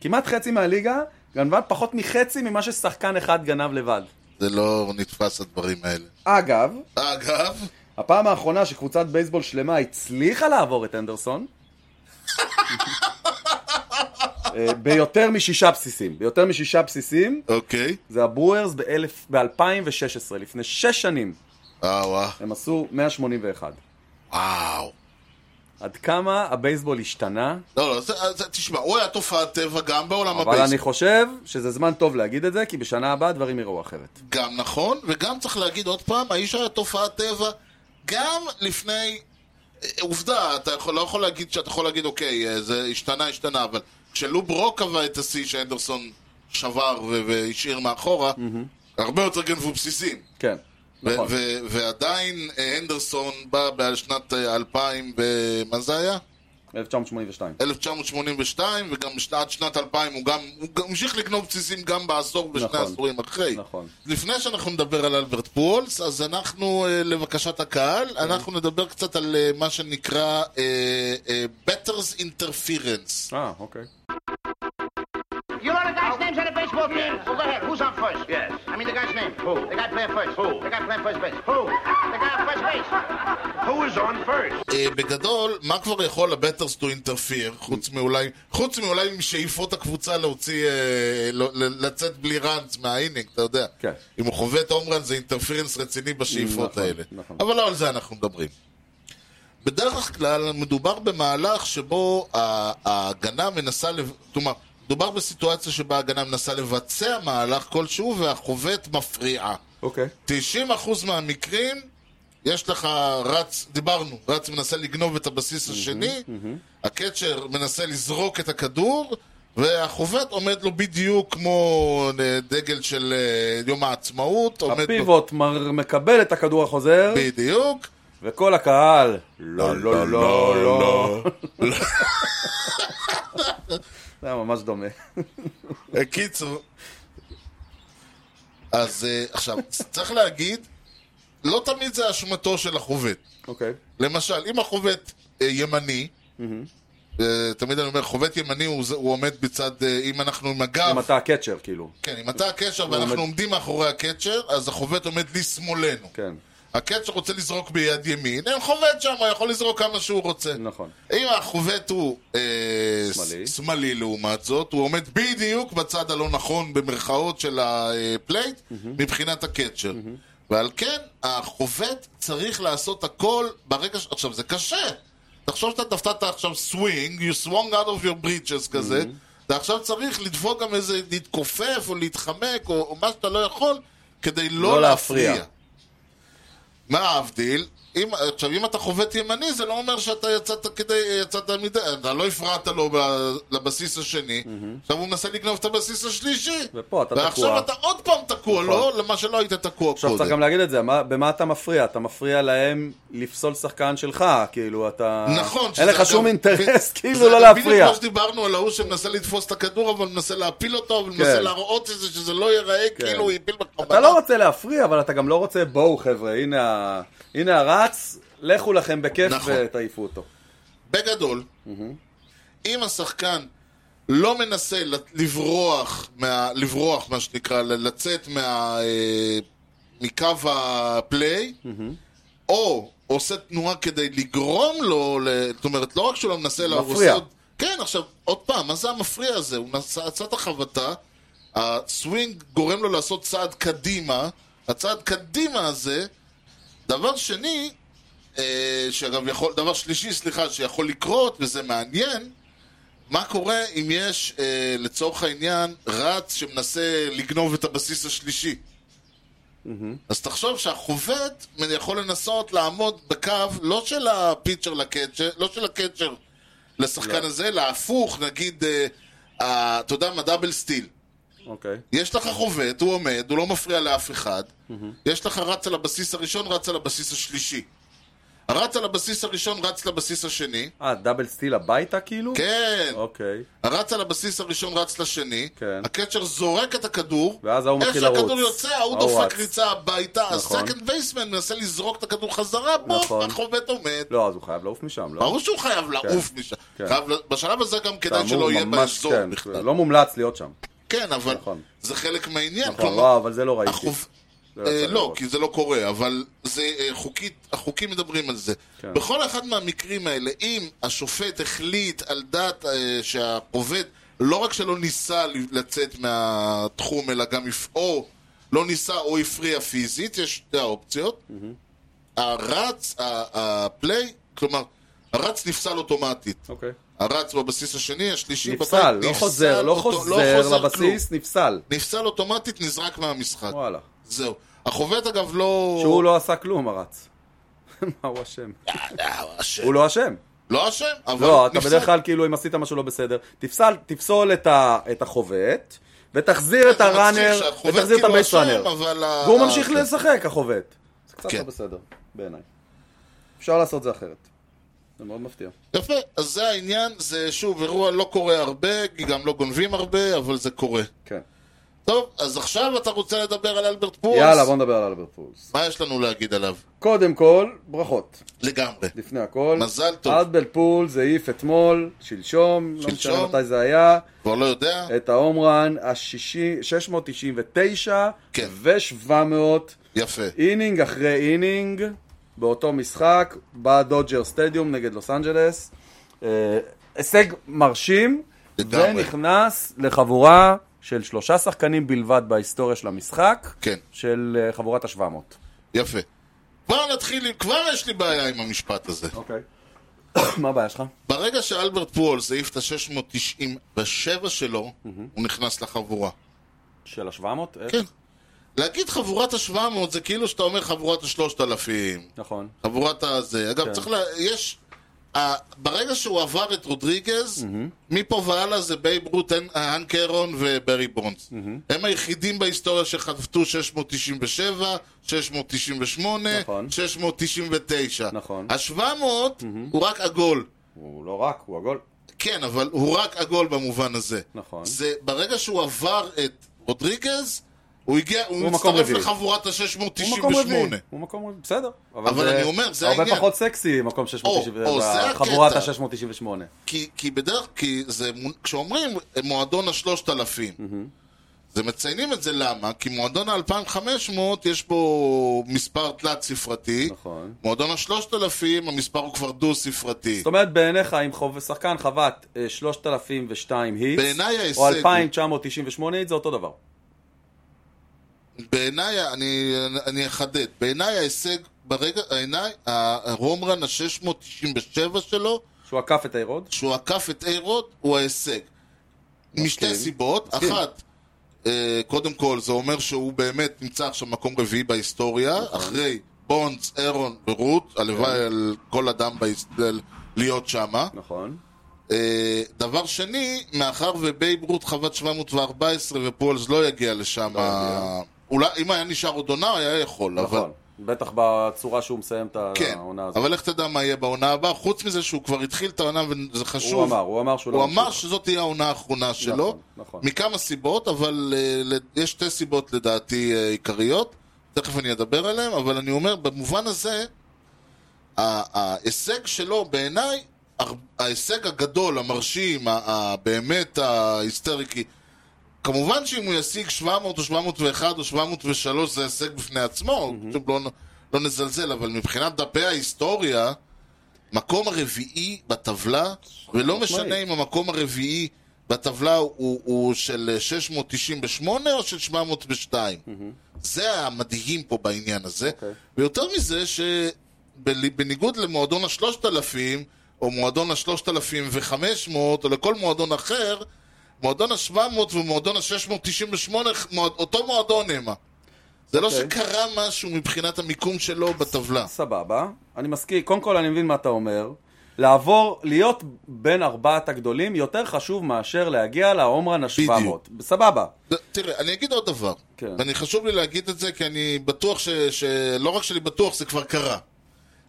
S2: כמעט חצי מהליגה גנבה פחות מחצי ממה ששחקן אחד גנב לבד.
S1: זה לא נתפס הדברים האלה.
S2: אגב,
S1: אגב,
S2: הפעם האחרונה שקבוצת בייסבול שלמה הצליחה לעבור את אנדרסון, אה, ביותר משישה בסיסים. ביותר משישה בסיסים,
S1: אוקיי.
S2: זה הברוארס ב-2016, לפני שש שנים.
S1: אה, וואו.
S2: הם עשו 181.
S1: וואו.
S2: עד כמה הבייסבול השתנה,
S1: לא, לא, זה- זה- תשמע, הוא היה תופעת טבע גם בעולם
S2: אבל
S1: הבייסבול.
S2: אני חושב שזה זמן טוב להגיד את זה, כי בשנה הבאה דברים יראו אחרת.
S1: גם נכון, וגם צריך להגיד עוד פעם, האיש היה תופעת טבע גם לפני... אה, עובדה, אתה יכול, לא יכול להגיד שאתה יכול להגיד, אוקיי, אה, זה השתנה, השתנה, אבל כשלוב רוק קבע את השיא שאנדרסון שבר ו- והשאיר מאחורה, הרבה יותר גנבו בסיסים.
S2: כן,
S1: ו-
S2: נכון.
S1: ו- ועדיין אה, הנדרסון בא בשנת אה, 2000, ב- מה זה היה?
S2: 1982.
S1: 1982, וגם בשנת- עד שנת 2000 הוא גם, הוא גם המשיך לגנוב בסיסים גם בעשור בשני
S2: נכון.
S1: עשורים אחרי.
S2: נכון.
S1: לפני שאנחנו נדבר על אלברט פולס, אז אנחנו, אה, לבקשת
S2: כן.
S1: הקהל, אנחנו נדבר קצת על אה, מה שנקרא אה, אה, Betters Interference.
S2: אה, אוקיי.
S5: You know the guy's names on the baseball team? Well, go ahead. Who's on first? Yes. I mean the guy's name. Who? The guy playing first. Who? The guy playing first base. Who? The guy on first base. Who is on first?
S1: אה, בגדול, מה כבר יכול ה-Betters to interfere, חוץ מאולי, חוץ מאולי משאיפות הקבוצה להוציא, אה, לא- ל- לצאת בלי ראנס מהאינינג, אתה יודע.
S2: כן.
S1: אם הוא חווה את ההומרן זה אינטרפרנס רציני בשאיפות
S2: נכון,
S1: האלה.
S2: נכון.
S1: אבל לא על זה אנחנו מדברים. בדרך כלל מדובר במהלך שבו ה- ההגנה מנסה, לב- כלומר, מדובר בסיטואציה שבה ההגנה מנסה לבצע מהלך כלשהו והחובט מפריעה.
S2: אוקיי.
S1: 90% מהמקרים, יש לך רץ, דיברנו, רץ מנסה לגנוב את הבסיס השני, הקצ'ר מנסה לזרוק את הכדור, והחובט עומד לו בדיוק כמו אה, דגל של אה, יום העצמאות, עומד לו
S2: הפיבוט מר- מקבל את הכדור החוזר,
S1: בדיוק.
S2: וכל הקהל, לא, לא, לא, לא. זה היה ממש
S1: (laughs)
S2: דומה.
S1: אה, קיצור. אז אה, עכשיו, צריך להגיד, לא תמיד זה אשמתו של החובט.
S2: אוקיי.
S1: למשל, אם החובט אה, ימני,
S2: Mm-hmm.
S1: אה, תמיד אני אומר, חובט ימני הוא זה- הוא עומד בצד, אה, אם אנחנו עם הגב,
S2: אם אתה הקצ'ר, כאילו.
S1: כן, אם אתה הקשר ואנחנו
S2: עומד-
S1: עומדים מאחורי הקצ'ר, אז החובט עומד לשמאלנו.
S2: כן,
S1: הקצ'ר רוצה לזרוק ביד ימין, אין חובט שם, הוא יכול לזרוק כמה שהוא רוצה.
S2: נכון.
S1: אם החובט הוא אה,
S2: שמאלי.
S1: ס- שמאלי לעומת זאת, הוא עומד בדיוק בצד הלא נכון במרכאות של הפלייט מבחינת הקצ'ר. ועל כן, החובט צריך לעשות הכל ברגע ש... עכשיו, זה קשה. תחשוב שאתה דפתת עכשיו סווינג, you swung out of your breaches כזה, אתה עכשיו צריך לדפוק גם איזה, להתכופף או להתחמק או, או מה שאתה לא יכול כדי לא,
S2: לא
S1: להפריע.
S2: להפריע.
S1: מה ההבדיל? אם, עכשיו, אם אתה חובט ימני, זה לא אומר שאתה יצאת כדי, יצאת מדי, אתה לא הפרעת לו ב, לבסיס השני, עכשיו הוא מנסה לגנוב את הבסיס השלישי.
S2: ופה אתה
S1: ועכשיו
S2: תקוע. נכון.
S1: אתה עוד פעם תקוע לו, למה שלא היית תקוע
S2: עכשיו צריך
S1: קודם.
S2: גם להגיד את זה, מה- במה אתה מפריע? אתה מפריע להם לפסול שחקן שלך, כאילו, אתה...
S1: נכון.
S2: אין
S1: שזה
S2: לך
S1: אגב-
S2: שום אינטרס,
S1: ב-
S2: כאילו,
S1: זה
S2: לא
S1: אגב
S2: להפריע.
S1: בדיוק כמו שדיברנו על ההוא שמנסה לתפוס את הכדור, אבל מנסה להפיל אותו, אבל מנסה להראות את זה, שזה לא ייראה כאילו הוא הפיל בכוונה.
S2: כן. אתה לא רוצה להפריע, אבל אתה גם לא רוצה, בואו חבר'ה, הנה ה- הנה הרץ, לכו לכם בכיף
S1: נכון.
S2: ותעיפו אותו.
S1: בגדול, אם השחקן לא מנסה ל- לברוח, מה, לברוח מה שנקרא, ל- לצאת מה, אה, מקו הפליי, או עושה תנועה כדי לגרום לו, ל- זאת אומרת, לא רק שהוא לא מנסה, אלא הוא
S2: מפריע.
S1: עושה... כן, עכשיו, עוד פעם, מה זה המפריע הזה? הוא נסע- עשה את החבטה, הסווינג גורם לו לעשות צעד קדימה, הצעד קדימה הזה, דבר שני, אה, שאגב יכול, דבר שלישי, סליחה, שיכול לקרות, וזה מעניין, מה קורה אם יש, אה, לצורך העניין, רץ שמנסה לגנוב את הבסיס השלישי? אז תחשוב שהחובט יכול לנסות לעמוד בקו לא של הפיצ'ר לקצ'ר, לא של הקצ'ר לשחקן הזה, אלא הפוך, נגיד, אה, ה- אתה יודע מה, דאבל סטיל.
S2: אוקיי.
S1: יש לך חובט, הוא עומד, הוא לא מפריע לאף אחד. יש לך רץ על הבסיס הראשון, רץ על הבסיס השלישי. הרץ על הבסיס הראשון, רץ לבסיס השני.
S2: אה, דאבל סטיל הביתה כאילו?
S1: כן,
S2: אוקיי.
S1: הרץ על הבסיס הראשון, רץ לשני.
S2: כן.
S1: הקצ'ר זורק את הכדור.
S2: ואז ההוא מתחיל
S1: איך שהכדור
S2: לרוץ.
S1: יוצא, ההוא
S2: ההוא
S1: דופק
S2: רץ.
S1: ריצה הביתה.
S2: נכון.
S1: הסקנד בייסמן מנסה לזרוק את הכדור חזרה, בום,
S2: נכון.
S1: החובט עומד.
S2: לא, אז הוא חייב לעוף משם, לא?
S1: ברור שהוא חייב לעוף משם.
S2: כן.
S1: חייב ל- בשלב הזה גם
S2: אתה
S1: כדאי
S2: אמור
S1: שלא יהיה
S2: ממש,
S1: באזור
S2: כן,
S1: בכלל.
S2: לא מומלץ להיות שם.
S1: כן, אבל
S2: נכון.
S1: זה חלק מהעניין.
S2: נכון,
S1: כלומר,
S2: לא, אבל זה לא ראיתי.
S1: כאילו, החוב-
S2: זה
S1: אה,
S2: יצא
S1: לא,
S2: לראות.
S1: כי זה לא קורה, אבל זה אה, חוקית, החוקים מדברים על זה.
S2: כן.
S1: בכל אחד מהמקרים האלה, אם השופט החליט על דעת אה, שהעובד לא רק שלא ניסה ל- לצאת מהתחום, אלא גם הפ... או לא ניסה או הפריע פיזית, יש שתי האופציות. הרץ, ה- הפליי, כלומר, הרץ נפסל אוטומטית.
S2: אוקיי.
S1: הרץ בבסיס השני, השלישי
S2: נפסל,
S1: בבית,
S2: לא חוזר, לא
S1: אותו-
S2: חוזר
S1: כלום.
S2: לבסיס, נפסל.
S1: נפסל אוטומטית, נזרק מהמשחק.
S2: וואלה.
S1: זהו. החובט אגב לא...
S2: שהוא לא עשה
S1: (laughs)
S2: כלום, הרץ. מה הוא אשם?
S1: אה, הוא אשם.
S2: הוא לא אשם.
S1: לא אשם, אבל
S2: לא, אתה
S1: נפסל.
S2: בדרך כלל, כאילו, אם עשית משהו לא בסדר, תפסל, תפסול את ה- את החובט, ותחזיר את
S1: זה מצחיק
S2: הראנר,
S1: שהחובט
S2: ותחזיר את
S1: כאילו
S2: הבייס
S1: אשם,
S2: ראנר.
S1: אבל ה- אוקיי.
S2: והוא
S1: ה-
S2: ממשיך לשחק, החובט. זה קצת
S1: כן.
S2: לא בסדר, בעיניי. אפשר לעשות זה אחרת. זה מאוד מפתיע.
S1: יפה, אז זה העניין, זה שוב, אירוע לא קורה הרבה, כי גם לא גונבים הרבה, אבל זה קורה.
S2: כן.
S1: טוב, אז עכשיו אתה רוצה לדבר על אלברט פורס?
S2: יאללה, בוא נדבר על אלברט פולס.
S1: מה יש לנו להגיד עליו?
S2: קודם כל, ברכות.
S1: לגמרי.
S2: לפני הכל.
S1: מזל טוב.
S2: אלברט פולס העיף אתמול, שלשום, לא משנה
S1: שלשום.
S2: מתי זה היה,
S1: כבר לא יודע?
S2: את ההומרן ה-699
S1: כן.
S2: ו-700.
S1: יפה.
S2: אינינג אחרי אינינג, באותו משחק, בדודג'ר סטדיום נגד לוס אנג'לס. אה, הישג מרשים,
S1: לגמרי.
S2: ונכנס לחבורה של שלושה שחקנים בלבד בהיסטוריה של המשחק,
S1: כן.
S2: של אה, חבורת ה-700.
S1: יפה. כבר נתחיל, עם- כבר יש לי בעיה עם המשפט הזה.
S2: אוקיי. (coughs) מה הבעיה שלך?
S1: ברגע שאלברט פולס העיף את ה-697 שלו, הוא נכנס לחבורה.
S2: של ה-700?
S1: כן. להגיד חבורת ה-700 זה כאילו שאתה אומר חבורת ה-3,000.
S2: נכון.
S1: חבורת הזה. אגב,
S2: כן.
S1: כן. צריך ל... יש... ה... ברגע שהוא עבר את רודריגז, mm-hmm. מפה והלאה זה בייב רוט, הנ- האן קרון וברי בונדס. Mm-hmm. הם היחידים בהיסטוריה שחטפו 697, 698,
S2: נכון.
S1: 699.
S2: נכון.
S1: ה-700 mm-hmm. הוא רק עגול.
S2: הוא לא רק, הוא עגול.
S1: כן, אבל הוא רק עגול במובן הזה.
S2: נכון.
S1: זה ברגע שהוא עבר את רודריגז, הוא הגיע, הוא,
S2: הוא מקום
S1: מצטרף
S2: רביעי.
S1: לחבורת ה-698.
S2: הוא מקום רביעי. הוא מקום רביעי, בסדר.
S1: אבל אני אומר, זה
S2: הרבה
S1: העניין.
S2: פחות סקסי, מקום 690,
S1: או, זה הקטע.
S2: חבורת ה-698.
S1: כי, כי בדרך כי זה, מונ- כשאומרים מועדון השלושת אלפים, זה מציינים את זה למה? כי מועדון ה-2500 יש בו מספר תלת ספרתי,
S2: נכון.
S1: מועדון השלושת אלפים המספר הוא כבר דו ספרתי.
S2: זאת אומרת, בעיניך, אם חוב- שחקן חבט אה, 3,002 היטס,
S1: בעיניי ההישג
S2: או
S1: הוא-
S2: 2,998 היטס, זה אותו דבר.
S1: בעיניי, אני, אני אחדד, בעיניי ההישג, ברגע, בעיניי הרומרן ה-697 שלו,
S2: שהוא עקף את הירוד?
S1: שהוא עקף את איירוד, הוא ההישג.
S2: כן.
S1: משתי סיבות,
S2: מסכים.
S1: אחת, אה, קודם כל זה אומר שהוא באמת נמצא עכשיו מקום רביעי בהיסטוריה,
S2: נכון.
S1: אחרי בונדס, אירון ורות,
S2: כן.
S1: הלוואי על כל אדם בהיסטל להיות שמה.
S2: נכון.
S1: אה, דבר שני, מאחר ובייב רות חוות 714 ופולס לא יגיע לשם,
S2: יגיע.
S1: אולי אם היה נשאר עוד עונה היה יכול, לא, אבל...
S2: נכון. בטח בצורה שהוא מסיים את
S1: כן,
S2: העונה הזאת.
S1: אבל איך תדע מה יהיה בעונה הבאה, חוץ מזה שהוא כבר התחיל את העונה וזה חשוב.
S2: הוא אמר, הוא אמר שהוא לא...
S1: הוא אמר
S2: ממשיך.
S1: שזאת תהיה העונה האחרונה שלו,
S2: נכון.
S1: מכמה סיבות, אבל אה, ל- יש שתי סיבות לדעתי אה, עיקריות, תכף אני אדבר עליהן, אבל אני אומר, במובן הזה, ה- ההישג שלו בעיניי, הר- ההישג הגדול, המרשים, ה- ה- באמת ההיסטריקי, כמובן שאם הוא ישיג 700 או 701 או 703 זה הישג בפני עצמו, פשוט לא, נ- לא נזלזל, אבל מבחינת דפי ההיסטוריה, מקום הרביעי בטבלה, ולא משנה אם המקום הרביעי בטבלה הוא, הוא של 698 או של 702. זה המדהים פה בעניין הזה.
S2: אוקיי.
S1: ויותר מזה, שבניגוד למועדון השלושת אלפים, או מועדון השלושת אלפים וחמש מאות, או לכל מועדון אחר, מועדון ה-700 ומועדון ה-698, מועד, אותו מועדון המה. זה לא
S2: אוקיי.
S1: שקרה משהו מבחינת המיקום שלו בטבלה.
S2: סבבה, אני מסכים. קודם כל, אני מבין מה אתה אומר. לעבור, להיות בין ארבעת הגדולים, יותר חשוב מאשר להגיע להומרן
S1: בדיוק.
S2: ה-700. סבבה.
S1: לא, תראה, אני אגיד עוד דבר.
S2: כן.
S1: ואני חשוב לי להגיד את זה, כי אני בטוח ש... ש... לא רק שאני בטוח, זה כבר קרה.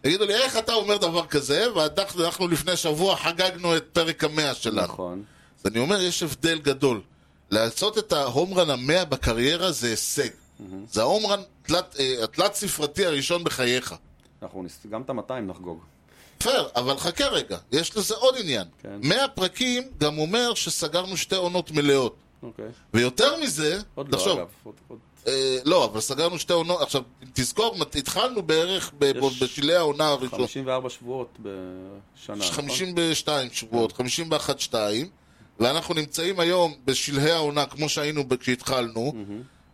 S1: יגידו לי, איך אתה אומר דבר כזה, ואנחנו אנחנו לפני שבוע חגגנו את פרק המאה שלנו.
S2: נכון.
S1: אז אני אומר, יש הבדל גדול. לעשות את ההומרן המאה בקריירה זה הישג. זה ההומרן תלת- אה, התלת-ספרתי הראשון בחייך.
S2: אנחנו נס... גם את ה-200 נחגוג.
S1: פייר, אבל חכה רגע, יש לזה עוד עניין.
S2: כן.
S1: 100 פרקים גם אומר שסגרנו שתי עונות מלאות.
S2: אוקיי.
S1: ויותר מזה,
S2: עוד לא,
S1: תחשוב,
S2: אגב. עוד, עוד...
S1: אה, לא, אבל סגרנו שתי עונות, עכשיו, תזכור, מת- התחלנו בערך ב-
S2: יש-
S1: בשלהי העונה הראשונה.
S2: 54 שבועות בשנה.
S1: יש
S2: נכון?
S1: 52 שבועות, 51-2, ואנחנו נמצאים היום בשלהי העונה כמו שהיינו ב- כשהתחלנו,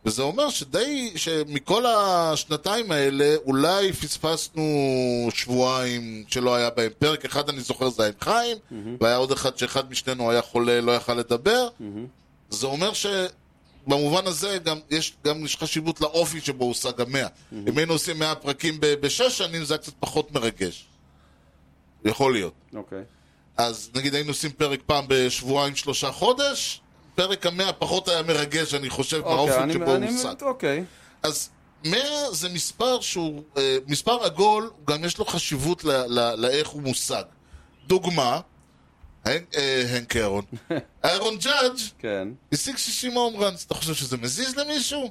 S1: וזה אומר שדי, שמכל השנתיים האלה, אולי פספסנו שבועיים שלא היה בהם פרק. אחד אני זוכר זה היה עם חיים, והיה עוד אחד שאחד משנינו היה חולה, לא יכל לדבר. זה אומר ש... במובן הזה גם יש, גם יש חשיבות לאופי שבו הושג המאה. אם היינו עושים 100 פרקים ב- בשש שנים זה היה קצת פחות מרגש. יכול להיות.
S2: אוקיי.
S1: אז נגיד היינו עושים פרק פעם בשבועיים שלושה חודש, פרק המאה פחות היה מרגש, אני חושב,
S2: אוקיי,
S1: מהאופן
S2: אני-
S1: שבו
S2: אני-
S1: הוא הושג.
S2: אוקיי.
S1: אז מאה זה מספר שהוא, אה, מספר עגול, גם יש לו חשיבות ל- ל- לאיך הוא מושג. דוגמה, הנ- אה, הנק
S2: (laughs)
S1: אהרון. אהרון ג'אדג'
S2: כן.
S1: השיג 60 הום ראנס, אתה חושב שזה מזיז למישהו?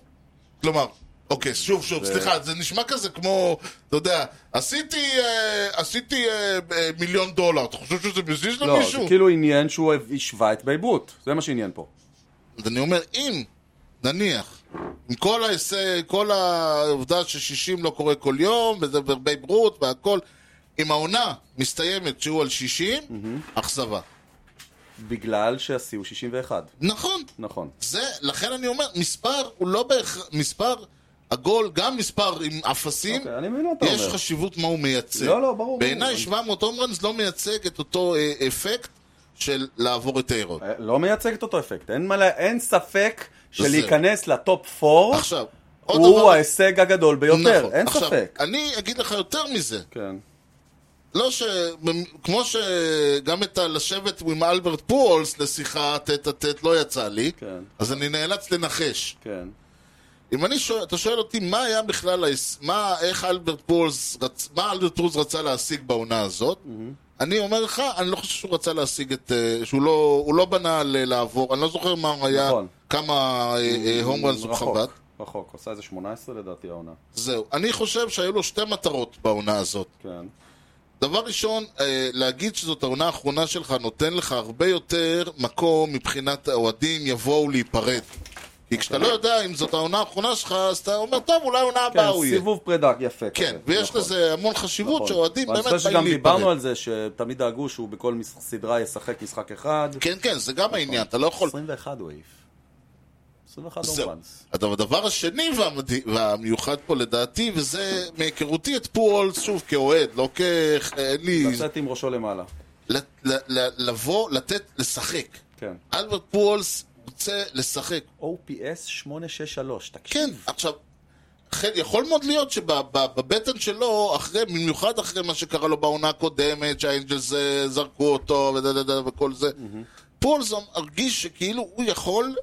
S1: כלומר, אוקיי, שוב, שוב,
S2: זה-
S1: סליחה, זה נשמע כזה כמו, אתה יודע, עשיתי, אה, עשיתי אה, אה, מיליון דולר, אתה חושב שזה מזיז
S2: לא,
S1: למישהו?
S2: זה כאילו עניין שהוא השווה את בייבות. זה מה שעניין פה.
S1: אז אני אומר, אם, נניח, עם כל ההישג, כל העובדה ש-60 לא קורה כל יום, וזה בבית ברות והכל, אם העונה מסתיימת שהוא על 60, אכזבה.
S2: בגלל שהשיא הוא 61.
S1: נכון.
S2: נכון.
S1: זה, לכן אני אומר, מספר הוא לא בהכרח, מספר עגול, גם מספר עם אפסים,
S2: אוקיי, אני מבין מה אתה
S1: יש
S2: אומר.
S1: חשיבות מה הוא מייצג.
S2: לא, לא, ברור,
S1: בעיניי
S2: ברור.
S1: 700 הומרנס לא מייצג את אותו אה, אפקט של לעבור את העירות.
S2: אה, לא מייצג את אותו אפקט. אין מה ל... אין ספק
S1: בסדר.
S2: שלהיכנס לטופ 4
S1: עכשיו, עוד
S2: הוא
S1: דבר-
S2: ההישג הגדול ביותר.
S1: נכון.
S2: אין
S1: עכשיו,
S2: ספק.
S1: אני אגיד לך יותר מזה.
S2: כן.
S1: לא ש... כמו שגם את הלשבת עם אלברט פולס לשיחה טט טט לא יצא לי,
S2: כן.
S1: אז אני נאלץ לנחש.
S2: כן.
S1: אם אני שואל, אתה שואל אותי מה היה בכלל, ההס- מה, איך אלברט פולס, רצ, מה אלברט פולס רצה להשיג בעונה הזאת,
S2: Mm-hmm.
S1: אני אומר לך, אני לא חושב שהוא רצה להשיג את, אה, שהוא לא, הוא לא בנה ל- לעבור, אני לא זוכר מה היה,
S2: נכון.
S1: כמה אה, הומרנס הוא
S2: רחוק,
S1: חבט,
S2: רחוק. עשה איזה 18 לדעתי העונה.
S1: זהו. אני חושב שהיו לו שתי מטרות בעונה הזאת.
S2: כן.
S1: דבר ראשון, אה, להגיד שזאת העונה האחרונה שלך נותן לך הרבה יותר מקום מבחינת האוהדים יבואו להיפרד. כי כשאתה לא יודע אם זאת העונה האחרונה שלך, אז אתה אומר, טוב, אולי העונה
S2: כן,
S1: הבאה הוא יהיה.
S2: סיבוב פרידה יפה.
S1: כן,
S2: כזה,
S1: ויש
S2: נכון.
S1: לזה המון חשיבות
S2: נכון.
S1: שאוהדים באמת
S2: ואני חושב
S1: באים
S2: שגם דיברנו
S1: להיפרד.
S2: על זה, שתמיד דאגו שהוא בכל מש- סדרה ישחק משחק אחד.
S1: כן, כן, זה
S2: נכון.
S1: גם העניין, אתה לא יכול...
S2: 21 הוא העיף. 21
S1: זהו.
S2: הומרנס.
S1: אבל הדבר השני והמד- והמיוחד פה לדעתי, וזה מהיכרותי את פול, שוב, כאוהד, לא כ... אין לי...
S2: לצאת עם ראשו למעלה.
S1: ל- ל- ל- לבוא, לתת, לשחק.
S2: כן.
S1: אלברט פולס רוצה לשחק.
S2: OPS 863, תקשיב.
S1: כן, עכשיו, אכן, יכול מאוד להיות שבבטן שלו, אחרי, במיוחד אחרי מה שקרה לו בעונה הקודמת, שהאנג'לס אה, זרקו אותו ודדדד וכל זה, פולס הרגיש שכאילו הוא יכול,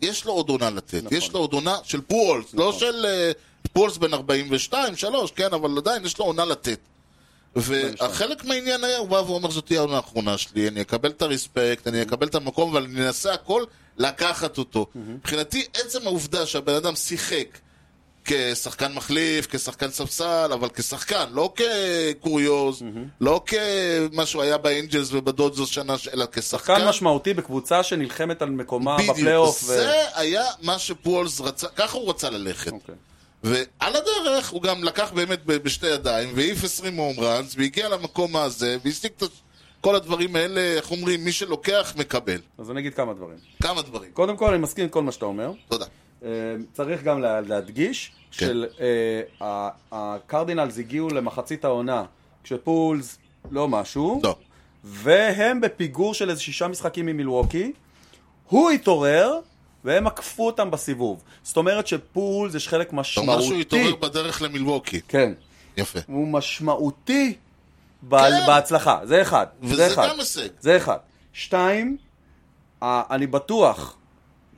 S1: יש לו עוד עונה לתת, יש לו עוד עונה של פולס, לא של אה, פולס בן 42, 3, כן, אבל עדיין יש לו עונה לתת. וחלק מהעניין היה, הוא בא ואומר, זאת תהיה העונה האחרונה שלי, אני אקבל את הרספקט, אני אקבל את המקום, אבל אני אנסה הכל לקחת אותו. מבחינתי, עצם העובדה שהבן אדם שיחק כשחקן מחליף, כשחקן ספסל, אבל כשחקן, לא כקוריוז, לא כמה שהוא היה באנג'לס ובדודזוס שנה, ש- אלא כשחקן.
S2: שחקן משמעותי בקבוצה שנלחמת על מקומה
S1: כן. בדיוק,
S2: בפלייאוף. ו-
S1: זה היה מה שפולס רצה, ככה הוא רצה ללכת.
S2: אוקיי.
S1: ועל הדרך הוא גם לקח באמת ב- בשתי ידיים, והעיף 20 הום ראנס, והגיע למקום הזה, והשיג את הש- כל הדברים האלה, איך אומרים, מי שלוקח מקבל.
S2: אז אני אגיד כמה דברים.
S1: כמה דברים.
S2: קודם כל, אני מסכים עם כל מה שאתה אומר.
S1: תודה.
S2: אה, צריך גם לה- להדגיש
S1: כן.
S2: של אה, ה- הקרדינלס הגיעו למחצית העונה כשפולס לא משהו
S1: לא.
S2: והם בפיגור של איזה שישה משחקים ממילווקי הוא התעורר והם עקפו אותם בסיבוב זאת אומרת שפולס יש חלק
S1: אתה אומר שהוא
S2: משמעותי
S1: התעורר בדרך למילווקי.
S2: כן
S1: יפה.
S2: הוא משמעותי ב-
S1: כן.
S2: בהצלחה זה אחד זה
S1: וזה
S2: אחד
S1: גם הישג.
S2: זה אחד. שתיים, ה- אני בטוח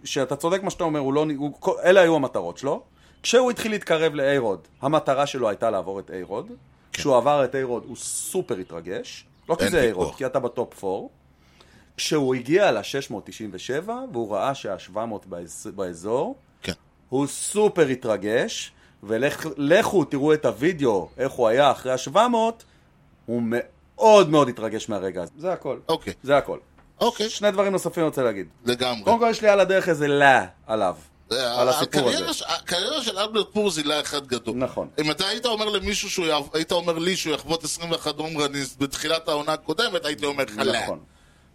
S2: שאתה צודק מה שאתה אומר, הוא לא, נ- הוא, כל- אלה היו המטרות שלו. כשהוא התחיל להתקרב לאיירוד, המטרה שלו הייתה לעבור את איירוד.
S1: כן.
S2: כשהוא עבר את איירוד הוא סופר התרגש. לא כי
S1: אין
S2: זה איירוד,
S1: ויכוח.
S2: כי אתה בטופ 4. כשהוא הגיע ל-697 והוא ראה שה-700 באז... באזור,
S1: כן.
S2: הוא סופר התרגש, ולכו תראו את הוידאו, איך הוא היה אחרי ה-700, הוא מאוד מאוד התרגש מהרגע הזה. זה הכל.
S1: אוקיי.
S2: זה הכל.
S1: אוקיי,
S2: שני דברים נוספים אני רוצה להגיד.
S1: לגמרי.
S2: קודם כל יש לי על הדרך איזה לה עליו.
S1: זה-
S2: אוקיי. על הסיפור
S1: הקריירה
S2: הזה.
S1: ש- הקריירה של אלברט פורז היא לה אחד גדול.
S2: נכון.
S1: אם אתה היית אומר למישהו שהוא, יעב- היית אומר לי שהוא יחבוט 21 הומרניסט בתחילת העונה הקודמת, הייתי אומר לך לא.
S2: נכון.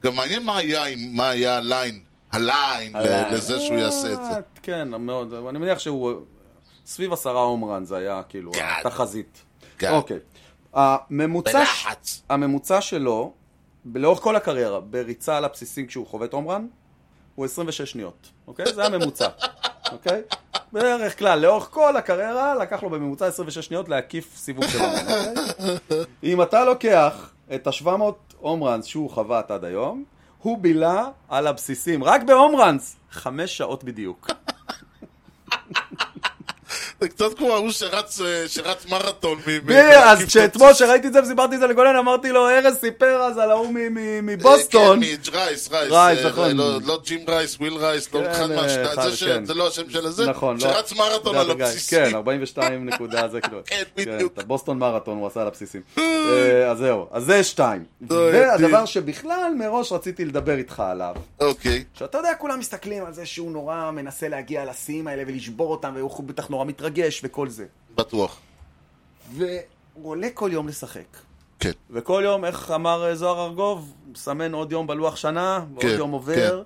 S1: גם מעניין מה היה, עם- מה היה הליין, הליין,
S2: אה,
S1: ל- לזה שהוא יעשה את זה.
S2: כן, מאוד. אני מניח שהוא... סביב עשרה הומרן זה היה כאילו
S1: כן.
S2: התחזית.
S1: כן.
S2: אוקיי. הממוצע, ש-
S1: בלחץ.
S2: הממוצע שלו, ב- לאורך כל הקריירה, בריצה על הבסיסים כשהוא חובט הומרן, הוא 26 שניות. אוקיי? זה הממוצע. אוקיי? בדרך כלל, לאורך כל הקריירה, לקח לו בממוצע 26 שניות להקיף סיבוב של הומרן. אוקיי? אם אתה לוקח את ה-700 הומרנס שהוא חבט עד היום, הוא בילה על הבסיסים, רק בהומרנס, חמש שעות בדיוק.
S1: זה קצת כמו ההוא שרץ, אה, שרץ מרתון. מ- אה, מ-
S2: בדיוק, אז
S1: מ-
S2: כשאתמול שראיתי את זה וסיפרתי את זה לגולן, אמרתי לו, ארז סיפר אז על ההוא מ- מ- מבוסטון.
S1: כן, מ- רייס, רייס.
S2: רייס,
S1: אה,
S2: נכון.
S1: לא- לא ג'ים רייס, וויל רייס, לא
S2: כן,
S1: אחד
S2: אה,
S1: מהשניים.
S2: אחד,
S1: זה ש-
S2: כן.
S1: זה לא השם של הזה.
S2: נכון, לא.
S1: שרץ מרתון
S2: זה
S1: על
S2: הדרגה,
S1: הבסיסים.
S2: כן, 42 נקודה זה כאילו.
S1: (laughs) כן, בדיוק.
S2: את הבוסטון מרתון הוא עשה על הבסיסים. אה, אז זהו, אז
S1: (laughs)
S2: זה שתיים.
S1: בעייתי.
S2: והדבר שבכלל מראש רציתי לדבר איתך עליו,
S1: אוקיי.
S2: שאתה יודע, כולם מסתכלים על זה שהוא נורא מנסה להגיע לשיאים האלה ולשבור אותם, והוא בטח נורא מתרגש וכל זה.
S1: בטוח.
S2: והוא עולה כל יום לשחק.
S1: כן.
S2: וכל יום, איך אמר אה, זוהר ארגוב, מסמן עוד יום בלוח שנה, ועוד
S1: כן,
S2: יום עובר,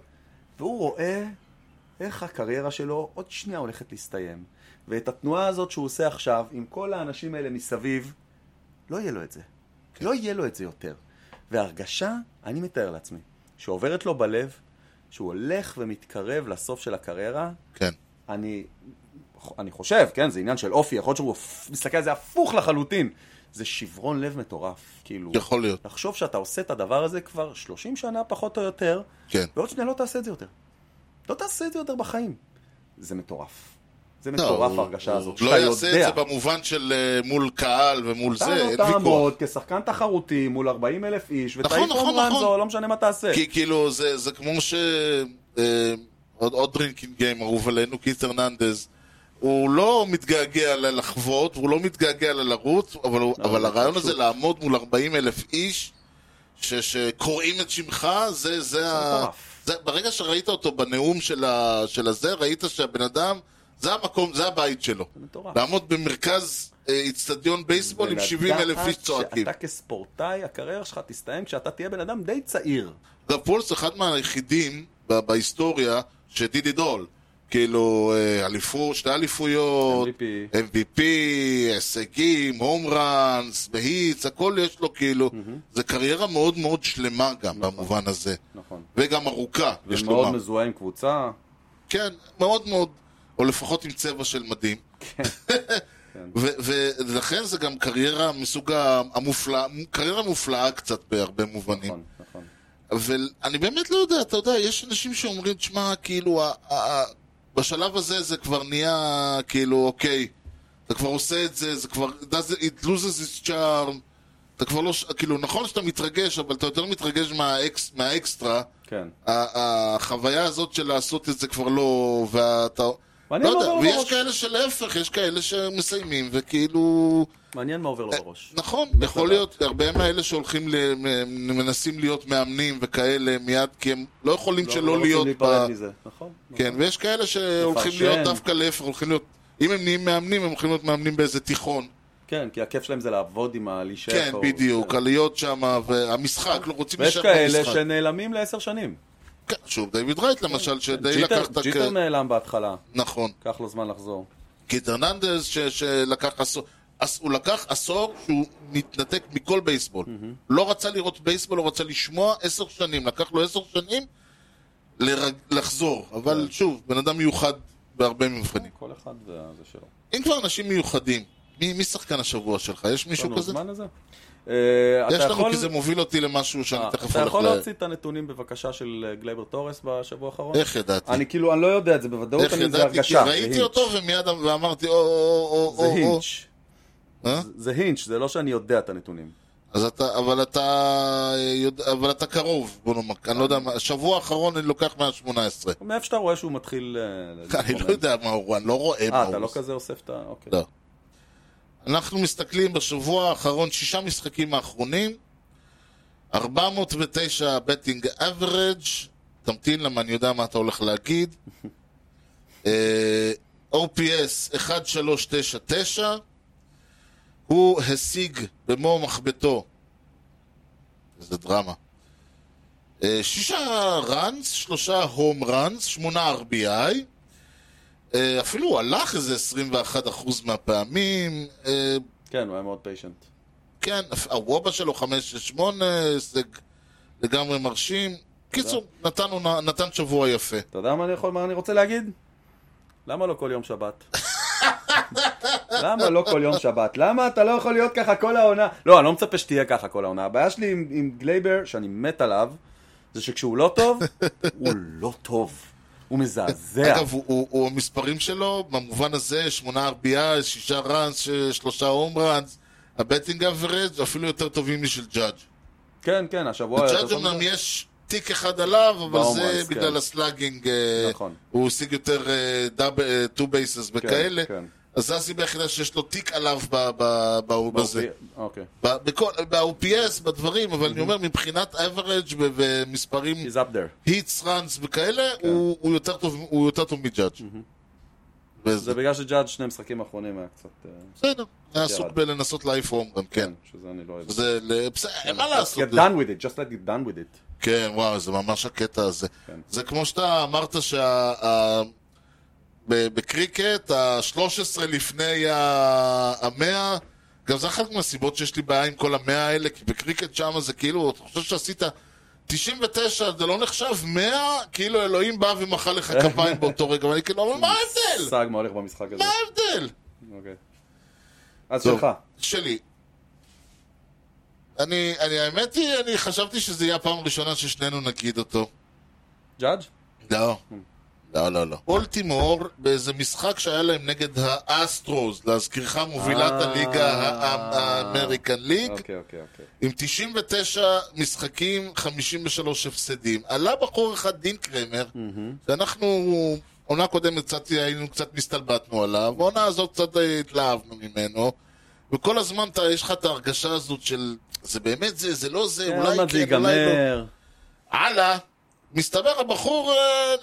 S2: והוא רואה איך הקריירה שלו עוד שנייה הולכת להסתיים. ואת התנועה הזאת שהוא עושה עכשיו, עם כל האנשים האלה מסביב, לא יהיה לו את זה.
S1: כן.
S2: לא יהיה לו את זה יותר. וההרגשה, אני מתאר לעצמי, שעוברת לו בלב, שהוא הולך ומתקרב לסוף של הקריירה,
S1: כן.
S2: אני, אני חושב, כן, זה עניין של אופי, יכול להיות שהוא הפ- מסתכל על זה הפוך לחלוטין. זה שברון לב מטורף, כאילו.
S1: יכול להיות.
S2: לחשוב שאתה עושה את הדבר הזה כבר 30 שנה פחות או יותר,
S1: כן.
S2: ועוד שנייה לא תעשה את זה יותר. לא תעשה את זה יותר בחיים. זה מטורף. זה
S1: לא,
S2: מטורף
S1: הוא-
S2: ההרגשה
S1: הוא
S2: הזאת,
S1: לא
S2: שאתה
S1: יעשה את
S2: יודע.
S1: זה במובן של אה, מול קהל ומול זה,
S2: אתה לא
S1: אין ויכוח.
S2: תעמוד כשחקן תחרותי מול 40 אלף איש,
S1: נכון,
S2: ותעיף
S1: נכון,
S2: הום ראנס
S1: נכון.
S2: או לא משנה מה תעשה.
S1: כי כאילו זה זה כמו ש... אה, עוד- עוד דרינקינג גיים אהוב עלינו, קיס הרננדז. הוא לא מתגעגע ל- לחוות, הוא לא מתגעגע ל- לרוץ, אבל הוא- אבל
S2: זה
S1: הרעיון
S2: לא, פשוט.
S1: הזה לעמוד מול 40 אלף איש ש- שקוראים את שמך, זה זה ה...
S2: מטורף.
S1: זה- ברגע שראית אותו בנאום של ה- של הזה, ראית שהבן אדם, זה המקום, זה הבית שלו.
S2: מטורף.
S1: לעמוד במרכז אה, איצטדיון בייסבול עם 70 אלף איש צועקים.
S2: שאתה כספורטאי, הקריירה שלך תסתיים כשאתה תהיה בן אדם די צעיר.
S1: זה פולס אחד מהיחידים ב- בהיסטוריה שדיד it all. כאילו, אה, אליפות, שתי אליפויות,
S2: MVP.
S1: MVP, הישגים, הום ראנס, בהיטס, הכל יש לו כאילו. זה קריירה מאוד מאוד שלמה גם במובן הזה.
S2: נכון.
S1: וגם ארוכה, יש
S2: ומאוד
S1: לומר.
S2: מזוהה עם קבוצה.
S1: כן, מאוד מאוד, או לפחות עם צבע של מדים.
S2: כן.
S1: (laughs) ו- ולכן זה גם קריירה מסוג ה- המופלאה, קריירה מופלאה קצת בהרבה מובנים.
S2: נכון, נכון.
S1: אבל אני באמת לא יודע, אתה יודע, יש אנשים שאומרים, תשמע, כאילו, ה- ה- ה- בשלב הזה זה כבר נהיה, כאילו, אוקיי, אתה כבר עושה את זה, זה כבר, does it- it loses its charm, אתה כבר לא, ש- כאילו, נכון שאתה מתרגש, אבל אתה יותר מתרגש מהאקס, מהאקסטרה,
S2: כן.
S1: ה- החוויה הזאת של לעשות את זה כבר לא, ואתה,
S2: מעניין
S1: לא
S2: מה
S1: יודע,
S2: עובר לו
S1: ויש
S2: בראש.
S1: כאלה שלהפך, יש כאלה שמסיימים, וכאילו...
S2: מעניין מה עובר לו בראש.
S1: נכון,
S2: בטח.
S1: יכול להיות, הרבה מאלה שהולכים, ל- מ- מנסים להיות מאמנים וכאלה מיד, כי הם לא יכולים
S2: לא-
S1: שלא
S2: לא
S1: להיות...
S2: רוצים
S1: ב-
S2: להיפרד מזה, נכון.
S1: כן, ויש כאלה שהולכים
S2: לפרשן.
S1: להיות דווקא להפך, הולכים להיות... אם הם נהיים מאמנים, הם הולכים להיות מאמנים באיזה תיכון.
S2: כן, כי הכיף שלהם זה לעבוד עם הלישך.
S1: כן, בדיוק, להיות שם, והמשחק, לא רוצים
S2: ויש
S1: להישאר
S2: כאלה
S1: במשחק.
S2: שנעלמים לעשר שנים.
S1: כן, שוב, דיוויד רייט למשל, שדי
S2: ג'יטר-
S1: לקח את הכ...
S2: ג'יטר נעלם בהתחלה,
S1: נכון.
S2: לקח לו זמן לחזור.
S1: קיט הרננדז, ש- שלקח עשור, עש- הוא לקח עשור שהוא מתנתק מכל בייסבול. לא רצה לראות בייסבול, לא רצה לשמוע עשר שנים. לקח לו עשר שנים לרג... לחזור. אבל
S2: כן.
S1: שוב, בן אדם מיוחד בהרבה מבחנים.
S2: כל אחד וזה שלו.
S1: אם כבר אנשים מיוחדים, מי, מי שחקן השבוע שלך? יש
S2: יש
S1: מישהו
S2: לנו
S1: כזה?
S2: לא, זמן לזה? אה,
S1: יש
S2: אתה
S1: לנו,
S2: יכול-
S1: כי זה מוביל אותי למשהו שאני
S2: אה,
S1: תכף
S2: אתה
S1: הולך
S2: יכול
S1: ל...
S2: להוציא את הנתונים בבקשה של אה, גלייבר טורס בשבוע האחרון?
S1: איך ידעתי?
S2: אני כאילו, אני לא יודע את זה בוודאות,
S1: איך
S2: אבל זה
S1: ידעתי? כי
S2: הרגשה. זה
S1: ראיתי
S2: הינץ'.
S1: אותו ומיד אמ- ואמרתי, או, או, או,
S2: זה
S1: או, או.
S2: הינץ'.
S1: אה?
S2: זה- זה הינץ', זה לא שאני יודע את הנתונים.
S1: אז אתה, אבל אתה, יודע, אבל אתה קרוב, בוא נאמר, אני לא יודע מה, שבוע האחרון אני לוקח מה-18.
S2: (laughs) מאיפה שאתה רואה שהוא מתחיל...
S1: (laughs)
S2: אה,
S1: אני
S2: להתרומם.
S1: לא יודע מה הוא, אני לא רואה מה
S2: אה,
S1: הוא.
S2: אתה לא כזה אוסף את ה... אוקיי.
S1: לא. אנחנו מסתכלים בשבוע האחרון, שישה משחקים האחרונים, 409 בטינג אברג', תמתין למה אני יודע מה אתה הולך להגיד. (laughs) אה, OPS 1399, הוא השיג במו מחבטו, זה דרמה, אה, שישה ראנס, שלושה הום ראנס, שמונה RBI. אה, אפילו הוא הלך איזה 21% מהפעמים. אה,
S2: כן, הוא היה מאוד פיישנט.
S1: כן, הוובה שלו 5-8, זה לגמרי מרשים. קיצור, נתן, עונה- נתן שבוע יפה.
S2: אתה יודע מה אני, יכול, מה אני רוצה להגיד? למה לא כל יום שבת?
S1: (laughs)
S2: למה לא כל יום שבת? למה אתה לא יכול להיות ככה כל העונה? לא, אני לא מצפה שתהיה ככה כל העונה. הבעיה שלי עם, עם גלייבר, שאני מת עליו, זה שכשהוא לא
S1: (laughs)
S2: טוב, הוא לא טוב. הוא מזעזע.
S1: אגב, הוא, הוא, הוא, המספרים שלו, במובן הזה, שמונה RBI, שישה ראנס, ש- שלושה הום ראנס, הבטינג אברג' אפילו יותר טובים משל ג'אדג'.
S2: כן, כן, השבוע... היה
S1: לג'אדג'
S2: יותר טוב
S1: אמנם
S2: מזה.
S1: יש תיק אחד עליו, אבל
S2: בהום
S1: זה
S2: ראנס, כן.
S1: בגלל הסלאגינג, אה,
S2: נכון.
S1: הוא השיג יותר אה, טו בייסס וכאלה,
S2: כן.
S1: אז זו הסיבה היחידה שיש לו תיק עליו ב- ב- בהוא בזה.
S2: אוקיי.
S1: ב- בכל- ב-OPS, בדברים, אבל אני אומר, מבחינת average ו- ומספרים,
S2: He's up there.
S1: היטס, ראנס וכאלה, הוא הוא יותר טוב- הוא יותר טוב מג'אדג'.
S2: זה
S1: וזה
S2: בגלל שג'אדג' שני משחקים האחרונים היה קצת...
S1: כן.
S2: אה,
S1: בסדר, היה עסוק
S2: ירד.
S1: בלנסות להעיף הומרן, כן.
S2: שזה אני לא אוהב.
S1: זה, ל- בסדר, מה לעשות? לא?
S2: Get done with it, just let it done with it.
S1: כן, וואו, זה ממש הקטע הזה.
S2: כן.
S1: זה כמו שאתה אמרת שה... ה- ב- בקריקט, ה-13 לפני ה- המאה, גם זה אחת מהסיבות שיש לי בעיה עם כל המאה האלה, כי בקריקט שם זה כאילו, אתה חושב שעשית 99, זה לא נחשב 100, כאילו אלוהים בא ומחא לך כפיים באותו רגע, ואני כאילו, אבל מה ההבדל?
S2: סאג מה הולך במשחק הזה.
S1: מה ההבדל?
S2: אוקיי. אז
S1: טוב,
S2: שלך.
S1: שלי. אני, אני, האמת היא, אני חשבתי שזה יהיה הפעם הראשונה ששנינו נגיד אותו.
S2: ג'אדג'?
S1: לא. לא, לא, לא. אולטימור, באיזה משחק שהיה להם נגד האסטרוס, להזכירך מובילת
S2: אה.
S1: הליגה הא- האמריקן ליג,
S2: אוקיי, אוקיי, אוקיי.
S1: עם 99 משחקים, 53 הפסדים. עלה בחור אחד, דין קרמר,
S2: Mm-hmm.
S1: שאנחנו, עונה קודמת קצת היינו קצת הסתלבטנו עליו, העונה הזאת קצת אה, התלהבנו ממנו, וכל הזמן אתה- יש לך את ההרגשה הזאת של, זה באמת זה, זה לא זה, אולי
S2: למה אה, זה
S1: כן, אולי לא.
S2: ייגמר?
S1: הלאה. מסתבר הבחור אה,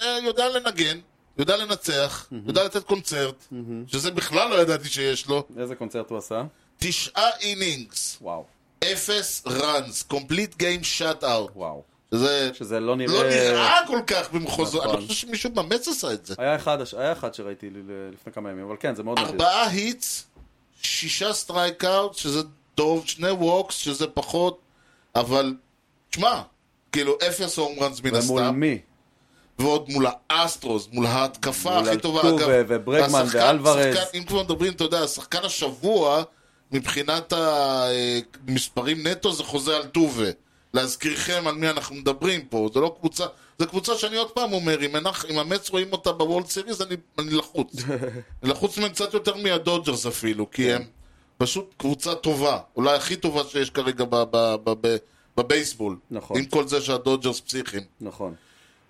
S1: אה, יודע לנגן, יודע לנצח, יודע לתת קונצרט, שזה בכלל לא ידעתי שיש לו.
S2: איזה קונצרט הוא עשה?
S1: תשעה אינינגס,
S2: וואו,
S1: אפס ראנס, קומפליט גיים שאט אאוט.
S2: וואו.
S1: שזה
S2: שזה לא נראה...
S1: לא נראה כל כך במחוזו,
S2: נכון. אה,
S1: אני חושב שמישהו במץ עשה את זה.
S2: היה אחד, היה אחד שראיתי ל- ל- לפני כמה ימים, אבל כן, זה מאוד מדהים.
S1: ארבעה היטס, שישה סטרייק אאוט, שזה טוב, שני ווקס, שזה פחות, אבל, תשמע, כאילו אפס הום ראנס מן
S2: ומול
S1: הסתם.
S2: מי?
S1: ועוד מול האסטרוס, מול ההתקפה
S2: מול
S1: הכי טובה,
S2: אלטו
S1: אגב.
S2: ו- וברגמן
S1: והשחקן-
S2: ואלוורז.
S1: שחקן- אם כבר מדברים, אתה יודע, שחקן השבוע, מבחינת המספרים נטו, זה חוזה על טובה. להזכירכם על מי אנחנו מדברים פה, זה לא קבוצה, זו קבוצה שאני עוד פעם אומר, אם, אנח, אם המץ רואים אותה בוולד סיריס, אני, אני
S2: (laughs)
S1: לחוץ. אני לחוץ מהם קצת יותר מהדודג'רס אפילו,
S2: כן.
S1: כי הם פשוט קבוצה טובה, אולי הכי טובה שיש כרגע ב, ב, ב, ב, בבייסבול.
S2: נכון.
S1: עם כל זה שהדודג'רס פסיכיים.
S2: נכון.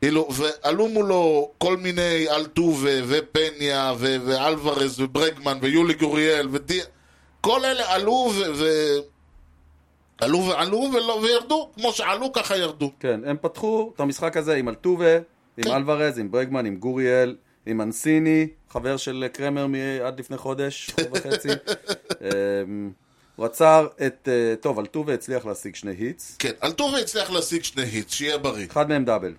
S1: כאילו, ועלו מולו כל מיני אלטובה ופניה ו- ואלוורז וברגמן ויולי גוריאל ודי... כל אלה עלו ו... ו- עלו ועלו ולא, וירדו, כמו שעלו ככה ירדו.
S2: כן, הם פתחו את המשחק הזה עם אלטובה,
S1: כן.
S2: עם אלוורז, עם ברגמן, עם גוריאל, עם אנסיני, חבר של אה, קרמר מ- עד לפני חודש
S1: (laughs)
S2: חודש וחצי. אמ, הוא עצר את... אה, טוב, אלטובה הצליח להשיג שני היטס,
S1: כן, אלטובה הצליח להשיג שני היט, שיהיה בריא.
S2: אחד מהם דאבל.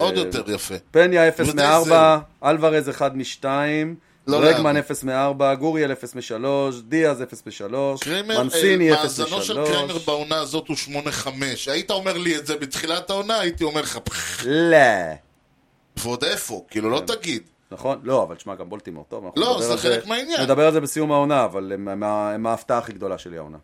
S2: אה,
S1: עוד יותר יפה.
S2: פניה 0
S1: וזה
S2: מ-4,
S1: זהו.
S2: אלוורז 1 מ-2,
S1: לא
S2: ברגמן
S1: לאבו.
S2: 0 מ-4, גוריאל 0 מ-3, דיאז 0 מ-3,
S1: קרמר,
S2: מנסיני
S1: אה,
S2: 0
S1: מאזנו של קרמר
S2: מ-3.
S1: בעונה הזאת הוא 8-5. היית אומר לי את זה בתחילת העונה, הייתי אומר לך, "פח,
S2: לא.
S1: ועוד איפה? כאילו,
S2: כן.
S1: לא תגיד.
S2: נכון? לא, אבל תשמע, גם בולטימור, טוב, אנחנו
S1: לא,
S2: נדבר
S1: זה
S2: על
S1: חלק מהעניין.
S2: נדבר על זה בסיום העונה, אבל הם- הם ה- הם ההפתעה הכי גדולה שלי העונה.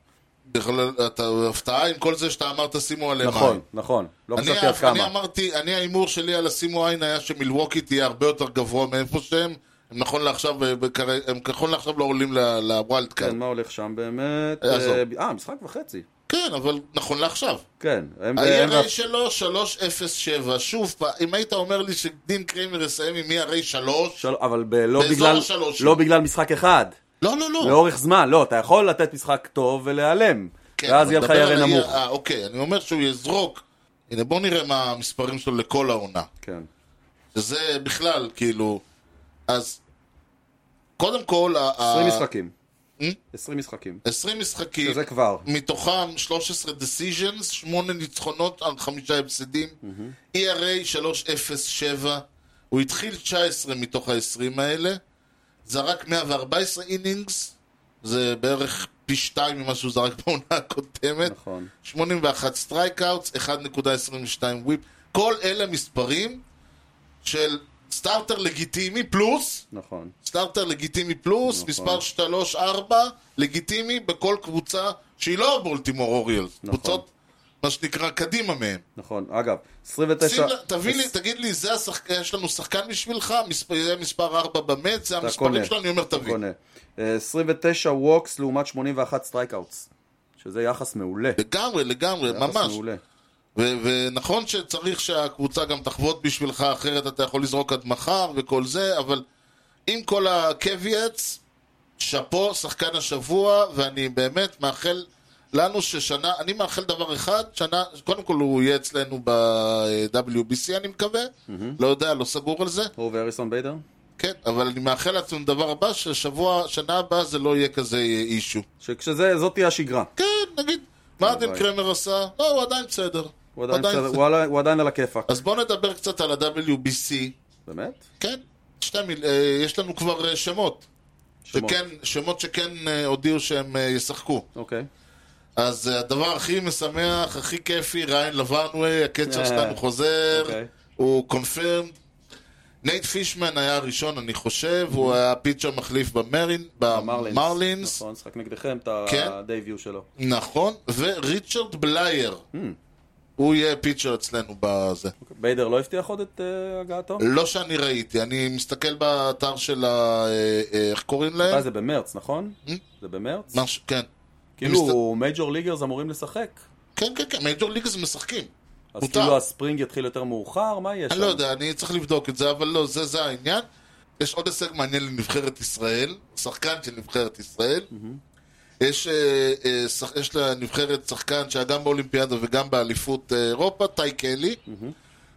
S1: בכלל, אתה הפתעה עם כל זה שאתה אמרת, שימו עליהם עין.
S2: נכון, נכון, לא
S1: אני,
S2: חשבתי עד
S1: אני
S2: כמה.
S1: אמרתי, אני ההימור שלי על השימו עין היה שמילווקי תהיה הרבה יותר גבוה מאיפה שהם. הם נכון לעכשיו, בקר- הם נכון לעכשיו לא עולים ל- לווילד קארד.
S2: כן, מה הולך שם באמת?
S1: אה, עזוב.
S2: אה, ב- אה, משחק וחצי. כן.
S1: כן, אבל נכון לעכשיו.
S2: כן, הם- הם-
S1: ה-ERA שלו 3.07. שוב, פעם, אם היית אומר לי שדין קריימר יסיים עם E ERA 3...
S2: של- אבל ב- לא
S1: באזור
S2: בגלל-
S1: השלוש.
S2: לא בגלל משחק אחד.
S1: לא, לא, לא.
S2: לאורך זמן, לא, אתה יכול לתת משחק טוב ולהיעלם.
S1: כן,
S2: ואז
S1: אבל
S2: יהיה לך
S1: מדבר על
S2: ירא
S1: ה-
S2: נמוך.
S1: אה, אוקיי, אני אומר שהוא יזרוק. הנה, בוא נראה מה המספרים שלו לכל העונה.
S2: כן.
S1: אה, שזה בכלל, כאילו... אז... קודם כל...
S2: 20 משחקים.
S1: אה?
S2: 20 משחקים.
S1: 20 משחקים,
S2: שזה כבר.
S1: מתוכם 13 decisions, 8 ניצחונות על 5 הפסדים, E ERA 3.07, הוא התחיל 19 מתוך ה-20 האלה, זרק 114 אינינגס, זה בערך פי 2 ממה שהוא זרק בעונה הקודמת,
S2: נכון.
S1: 81 סטרייקאוטס, 1.22 וויפ, כל אלה מספרים של סטארטר לגיטימי פלוס,
S2: נכון.
S1: סטארטר לגיטימי פלוס,
S2: נכון.
S1: מספר 3-4, לגיטימי בכל קבוצה שהיא לא הבולטימור אוריולס.
S2: נכון.
S1: קבוצות, מה שנקרא, קדימה מהם.
S2: נכון. אגב,
S1: שים
S2: 29...
S1: לה- תביא לי, תגיד לי, זה השחק... יש לנו שחקן בשבילך? מספר- זה מספר 4 במט? זה
S2: אתה
S1: המספרים
S2: קונה,
S1: שלנו? אני אומר,
S2: אתה
S1: תביא.
S2: קונה. אה, 29 ווקס לעומת 81 סטרייקאוטס. שזה יחס מעולה.
S1: לגמרי, לגמרי,
S2: יחס
S1: ממש.
S2: מעולה.
S1: ו- ונכון שצריך שהקבוצה גם תחבוט בשבילך, אחרת אתה יכול לזרוק עד מחר וכל זה, אבל עם כל הקוויאטס, שאפו, שחקן השבוע, ואני באמת מאחל לנו ששנה, אני מאחל דבר אחד, שנה, קודם כל הוא יהיה אצלנו ב-WBC אני מקווה, לא יודע, לא סגור על זה,
S2: הוא והריסון ביידר?
S1: כן, אבל אני מאחל לעצמנו דבר הבא, ששבוע, שנה הבאה זה לא יהיה כזה אישו.
S2: שכשזה, זאת תהיה השגרה.
S1: כן, נגיד, מה אדם
S2: הלוואי.
S1: קרמר עשה? לא, הוא עדיין בסדר.
S2: לא הוא עדיין
S1: עדיין
S2: בסדר,
S1: זה-
S2: הוא עלי- הוא עדיין על הכיפאק.
S1: אז בואו נדבר קצת על ה-WBC.
S2: באמת?
S1: כן, שתי מיל... אה, יש לנו כבר אה, שמות.
S2: שמות.
S1: שכן, שמות שכן אה, הודיעו שהם אה, ישחקו.
S2: אוקיי.
S1: אז אה, הדבר הכי משמח, הכי כיפי, ריין לבנווי, הקצ'ר
S2: אה,
S1: שלנו חוזר,
S2: אוקיי.
S1: הוא קונפירם. נייט פישמן היה הראשון, אני חושב, הוא היה פיצ'ר מחליף במרין,
S2: המרלינס.
S1: במרלינס,
S2: Mhm. נכון, נשחק נגדכם את
S1: אה, כן.
S2: ה-day view שלו.
S1: נכון, וריצ'רד בלייר.
S2: Mm.
S1: הוא יהיה פיצ'ר אצלנו בזה.
S2: ביידר לא הבטיח עוד את אה, הגעתו?
S1: לא שאני ראיתי, אני מסתכל באתר של ה... אה, אה, איך קוראים להם?
S2: אה, זה במרץ, נכון? זה במרץ?
S1: מה ש- כן.
S2: כאילו, מייג'ור ליגרס אמורים לשחק.
S1: כן, כן, כן, מייג'ור ליגה זה משחקים.
S2: אז
S1: מותר.
S2: כאילו הספרינג יתחיל יותר מאוחר? מה יש
S1: אני לא יודע, אני צריך לבדוק את זה, אבל לא, זה, זה העניין. יש עוד הישג מעניין לנבחרת ישראל, שחקן של נבחרת ישראל. יש, אה, אה, שח- יש לנבחרת שחקן שהיה גם באולימפיאדה וגם באליפות אה, אירופה, טאי קלי.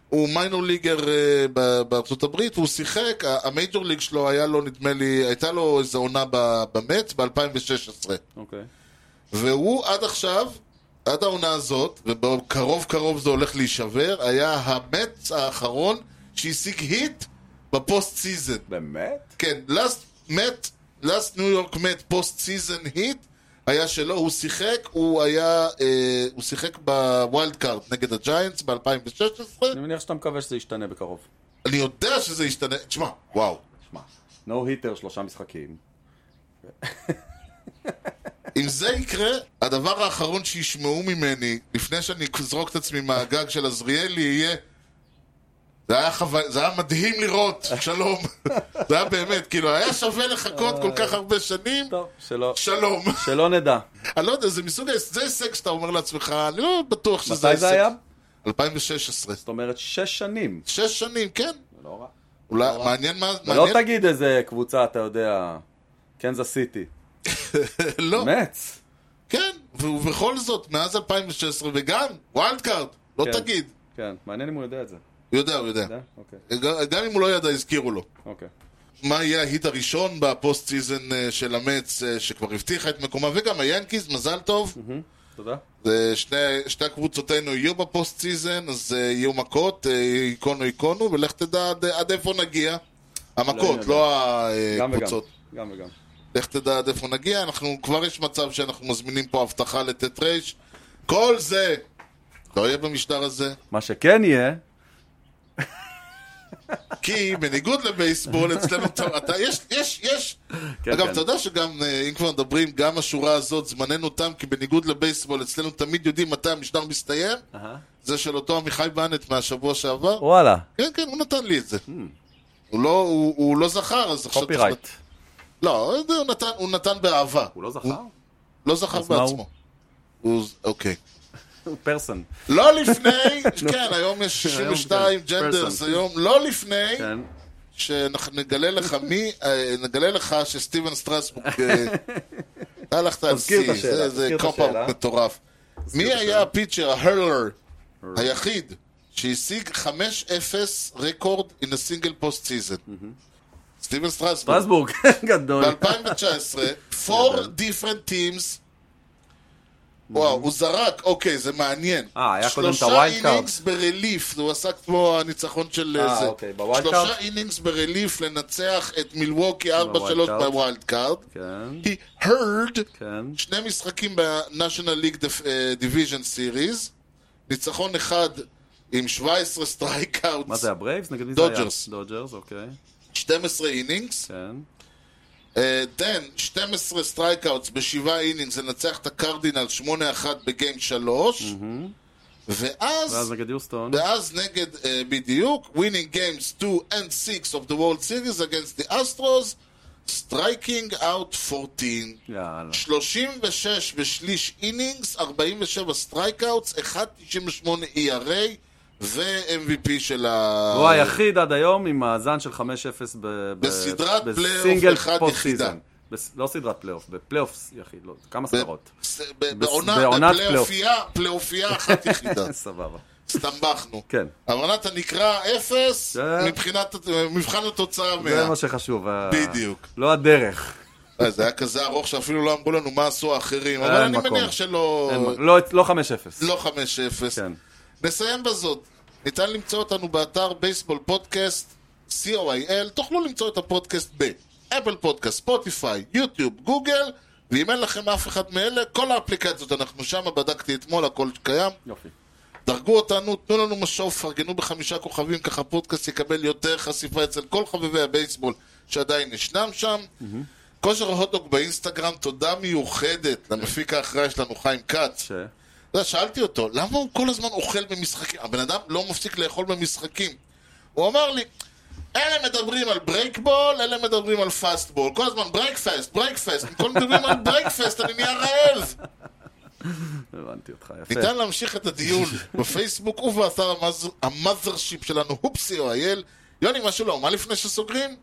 S1: הוא מיינור ליגר אה, ב- בארצות הברית, והוא שיחק, ה- המייג'ור ליג שלו היה לו, נדמה לי, הייתה לו איזו עונה ב- במט ב-2016.
S2: אוקיי.
S1: והוא עד עכשיו, עד העונה הזאת, ובקרוב קרוב זה הולך להישבר, היה המץ האחרון שהשיג היט בפוסט סיזן.
S2: באמת?
S1: כן, last מת, last ניו יורק מת פוסט סיזן היט היה שלו, הוא שיחק, הוא היה, אה, הוא שיחק בווילד קארט נגד הג'יינטס ב-2016,
S2: אני מניח שאתה מקווה שזה ישתנה בקרוב.
S1: אני יודע שזה ישתנה, תשמע, וואו.
S2: שמע, נו היטר שלושה משחקים.
S1: אם זה יקרה, הדבר האחרון שישמעו ממני, לפני שאני אזרוק את עצמי מהגג של עזריאלי, יהיה... זה היה, חו... זה היה מדהים לראות,
S2: (laughs)
S1: שלום. זה היה באמת, כאילו, היה שווה לחכות כל כך הרבה שנים,
S2: טוב, שלא,
S1: שלום. (laughs)
S2: שלא נדע.
S1: אני לא יודע, זה מסוג, ההיש- זה הישג שאתה אומר לעצמך, אני לא בטוח שזה
S2: מתי זה היה?
S1: 2016.
S2: זאת אומרת, שש שנים.
S1: שש שנים, כן.
S2: זה לא רע.
S1: אולי, מעניין מה...
S2: ולא
S1: מעניין...
S2: תגיד איזה קבוצה, אתה יודע, קנזס סיטי.
S1: לא,
S2: באמת?
S1: כן, ובכל זאת, מאז 2016, וגם, ווילד קארד, לא
S2: כן.
S1: תגיד.
S2: כן, מעניין אם הוא יודע את זה.
S1: הוא יודע, הוא יודע.
S2: אתה יודע? אוקיי,
S1: גם- גם אם הוא לא ידע, הזכירו לו.
S2: אוקיי.
S1: מה יהיה ההיט הראשון בפוסט סיזן אה, של המץ, אה, שכבר הבטיחה את מקומה, וגם היאנקיז, מזל טוב.
S2: תודה.
S1: זה שני- שתי הקבוצותינו יהיו בפוסט סיזן, אז אה, יהיו מכות, אה, איקונו איקונו, ולך תדע עד- עד איפה נגיע.
S2: לא
S1: המכות,
S2: יודע.
S1: לא
S2: גם וגם.
S1: הקבוצות.
S2: גם וגם.
S1: לך תדע עד איפה נגיע, אנחנו, כבר יש מצב שאנחנו מזמינים פה הבטחה לט' ר'. כל זה לא יהיה במשדר הזה.
S2: מה שכן יהיה,
S1: כי בניגוד לבייסבול, אצלנו אתה, אתה- יש, יש, יש.
S2: כן,
S1: אגב,
S2: כן.
S1: אתה יודע שגם, אה, אם כבר מדברים, גם השורה הזאת, זמננו תם, כי בניגוד לבייסבול, אצלנו תמיד יודעים מתי המשדר מסתיים. זה של אותו עמיחי בנט מהשבוע שעבר.
S2: וואלה,
S1: כן, כן, הוא נתן לי את זה.
S2: Hmm.
S1: הוא לא, הוא, הוא לא זכר, אז עכשיו...
S2: קופי
S1: צריך
S2: רייט.
S1: לת- לא, זה הוא נתן, הוא נתן באהבה.
S2: הוא לא זכר?
S1: לא זכר
S2: אז מה הוא?
S1: בעצמו. הוא, אוקיי.
S2: הוא פרסון.
S1: לא
S2: (laughs)
S1: לפני, כן, היום יש 62
S2: כן,
S1: ג'נדרס,
S2: person.
S1: היום, לא לפני.
S2: כן.
S1: שאנחנו נגלה לך מי, אה, נגלה לך שסטיבן סטרסבורג,
S2: (laughs)
S1: אה, אתה הלכת על
S2: תזכיר את
S1: שיא,
S2: השאלה,
S1: זה- זה
S2: תזכיר את
S1: קופאוט
S2: השאלה.
S1: מטורף. מי
S2: את
S1: היה
S2: השאלה.
S1: הפיצ'ר, ההרלר, היחיד שהשיג 5-0 רקורד in a single post season? סטיבן סטרסבורג.
S2: (laughs) טרסבורג, כן, גדול. (laughs)
S1: ב-2019, four different teams. וואו, הוא זרק, אוקיי, זה מעניין.
S2: Mm-hmm. אה, היה קודם את ה-wild
S1: שלושה
S2: card.
S1: אינינגס ברליף, הוא עשה כמו הניצחון של
S2: אה,
S1: זה.
S2: אוקיי, ב-wild
S1: שלושה
S2: card?
S1: אינינגס ברליף לנצח את מילווקי 4-3
S2: card.
S1: בווילד קארד.
S2: כן,
S1: He heard
S2: כן.
S1: שני משחקים ב-National League Def- אה, Division Series, ניצחון אחד עם 17 סטרייקאוטס,
S2: מה זה, הברייבס? נגד מי זה היה?
S1: דודג'רס.
S2: דודג'רס, אוקיי.
S1: 12 אינינגס,
S2: כן.
S1: אה, דן 12 סטרייקאוטס בשבעה אינינגס, לנצח את הקרדינל 8-1 בגיים 3,
S2: ואז
S1: ואז...
S2: נגד יוסטון.
S1: ואז נגד, uh, בדיוק, winning games 2 and 6 of the World Series against the Astros, striking out 14.
S2: יאללה.
S1: 36 ושליש אינינגס, 47 סטרייקאוטס, 1.98 ERA ו-MVP של ה...
S2: הוא היחיד עד היום עם מאזן של 5-0 ב- ב-
S1: בסדרת
S2: בסינגל
S1: פלייאוף אחד
S2: פוסט
S1: יחידה.
S2: סיזן. בס- לא סדרת פלייאוף, בפלייאוף יחיד, לא, כמה סדרות.
S1: ס- ב- בעונה,
S2: בעונת
S1: בפלייאופייה, פלייאופייה אחת יחידה.
S2: (laughs) סבבה.
S1: הסתבכנו.
S2: כן.
S1: אמנת הנקרא אפס,
S2: כן.
S1: מבחינת, מבחן התוצאה
S2: זה
S1: מאה.
S2: מה שחשוב. ה-
S1: בדיוק.
S2: לא הדרך.
S1: אה, זה היה כזה ארוך שאפילו לא אמרו לנו מה עשו האחרים,
S2: אין
S1: אבל אני
S2: מקום.
S1: מניח שלא...
S2: אין- לא לא 5-0.
S1: לא 5-0.
S2: כן.
S1: נסיים בזאת. ניתן למצוא אותנו באתר בייסבול פודקאסט, co.il, תוכלו למצוא את הפודקאסט באפל פודקאסט, ספוטיפיי, יוטיוב, גוגל, ואם אין לכם אף אחד מאלה, כל האפליקציות, אנחנו שם, בדקתי אתמול, הכל קיים.
S2: יופי.
S1: דרגו אותנו, תנו לנו משוב, פרגנו בחמישה כוכבים, ככה הפודקאסט יקבל יותר חשיפה אצל כל חובבי הבייסבול שעדיין ישנם שם. כושר ההוטדוק באינסטגרם, תודה מיוחדת למפיק האחראי שלנו, חיים כץ.
S2: ש...
S1: אתה יודע, שאלתי אותו, למה הוא כל הזמן אוכל במשחקים? הבן אדם לא מפסיק לאכול במשחקים. הוא אמר לי, אלה מדברים על ברייקבול, אלה מדברים על פאסטבול. כל הזמן ברייקפסט, ברייקפסט. הם כל מדברים על ברייקפסט, אני נהיה רעב.
S2: הבנתי אותך, יפה.
S1: ניתן להמשיך את
S2: (laughs)
S1: הדיון בפייסבוק ובאתר המאז- המאזרשיפ שלנו, הופסי או אייל. יוני, משהו לא, מה לפני שסוגרים?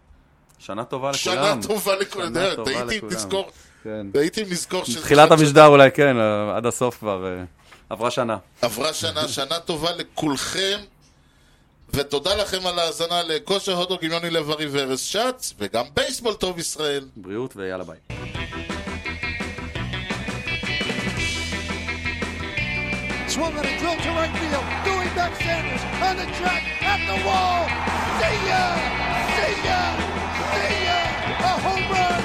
S2: שנה טובה
S1: שנה
S2: לכולם.
S1: טובה לכולם.
S2: שנה טובה
S1: תהיתי אם
S2: לכולם.
S1: תזכור-
S2: כן.
S1: תהיתי אם נזכור שזה-
S2: תחילת המשדר אולי כן, אה, עד הסוף כבר אה, עברה שנה.
S1: עברה שנה, שנה טובה לכולכם, ותודה לכם על ההאזנה לכושר הודו גיליוני לב-ארי וארז שץ, וגם בייסבול טוב ישראל.
S2: בריאות ויאללה ביי.
S6: Swung on a drill to right field. Doing back Sanders on the track at the wall. See ya! See ya! See ya! A home run!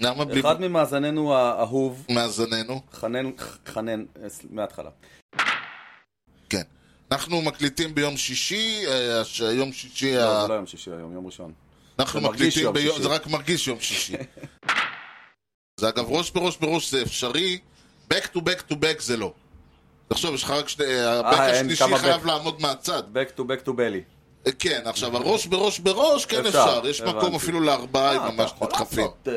S1: למה בלי
S2: אחד ממאזננו האהוב,
S1: מאזננו?
S2: חנן, חנן, אה, סל- מההתחלה.
S1: כן. אנחנו מקליטים ביום שישי, אה, הש- יום שישי,
S2: לא,
S1: ה-
S2: זה לא יום שישי היום, יום ראשון.
S1: אנחנו
S2: זה מרגיש
S1: מקליטים
S2: יום
S1: ביום,
S2: שישי.
S1: זה רק מרגיש יום
S2: (laughs)
S1: שישי. זה אגב ראש בראש בראש זה אפשרי, back to back to back זה לא. תחשוב, יש לך רק שני, הבק
S2: אה, אין
S1: השלישי
S2: כמה
S1: חייב
S2: back.
S1: לעמוד מהצד.
S2: Back to back to belly.
S1: כן, עכשיו, הראש בראש בראש, כן
S2: אפשר,
S1: אפשר, יש מקום
S2: הבנתי.
S1: אפילו לארבעה
S2: אה,
S1: אם ממש
S2: אתה יכול
S1: נדחפים.
S2: לעשות אה,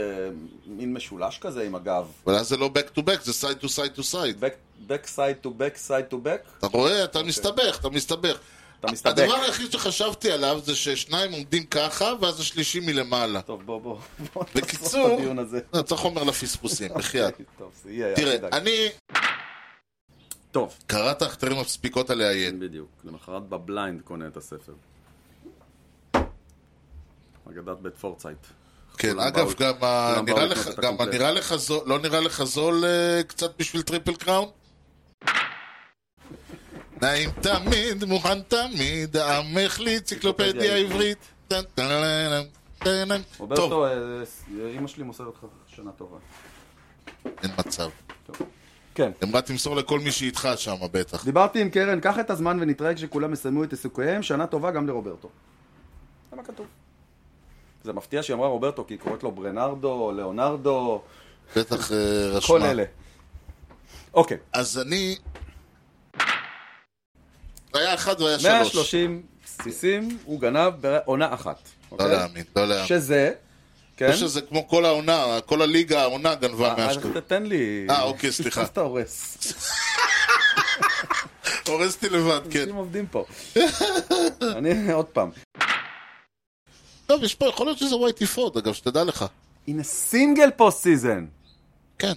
S2: מין משולש כזה עם הגב.
S1: אבל אז זה לא back to back, זה side to side to side.
S2: Back- back side to back side to back.
S1: אתה רואה? אתה מסתבך, אתה מסתבך.
S2: אוקיי. אתה מסתבק.
S1: הדבר היחיד שחשבתי עליו זה ששניים עומדים ככה, ואז השלישי מלמעלה.
S2: טוב, בוא, בוא. בוא נחסוך את
S1: בקיצור,
S2: הדיון הזה.
S1: לא, צריך חומר לפספוסים, בחייאת.
S2: (laughs) טוב, זה יהיה, אל
S1: תראה,
S2: תדאג.
S1: אני
S2: טוב.
S1: קרא את הכתרים הספיקות על
S2: כן,
S1: לעיין.
S2: בדיוק. למחרת בבליינד קונה את הספר. אגדת בית פורצייט.
S1: כן,
S2: כולם
S1: אגב,
S2: באו-
S1: גם ה-
S2: כולם באו
S1: נראה
S2: לקנות
S1: לך-
S2: את
S1: גם
S2: הקומפלט.
S1: הנראה לך זול, לא נראה לך זול אה, קצת בשביל טריפל קראון? נעים תמיד, מוכן תמיד, עמך לי אנציקלופדיה עברית. טן, טן, טן, טן, טן. טוב,
S2: רוברטו, אה, אה, אימא שלי מוסרת לך שנה טובה.
S1: אין מצב.
S2: כן.
S1: אמרה תמסור לכל מי שאיתך שם בטח.
S2: דיברתי עם קרן, קח את הזמן ונתראה כשכולם יסיימו את עיסוקיהם, שנה טובה גם לרוברטו. זה מה כתוב. זה מפתיע שהיא אמרה רוברטו, כי היא קוראת לו ברנרדו, ליאונרדו,
S1: בטח אה, רשמה.
S2: כל אלה. אוקיי,
S1: אז אני... היה אחד והיה שלוש.
S2: 130 בסיסים הוא גנב בעונה אחת.
S1: לא
S2: אוקיי?
S1: להאמין, לא להאמין.
S2: שזה, כן?
S1: לא שזה כמו כל העונה, כל הליגה, העונה גנבה
S2: אה, אז
S1: מהשקלים.
S2: תתן לי...
S1: אה,
S2: (laughs)
S1: אוקיי, סליחה.
S2: אתה הורס.
S1: הורסתי לבד, כן.
S2: אנשים עובדים
S1: (laughs)
S2: פה. אני עוד פעם.
S1: טוב, יש פה, יכול להיות שזה וייטי פורד, אגב, שתדע לך.
S2: הנה סינגל פוסט סיזן.
S1: כן.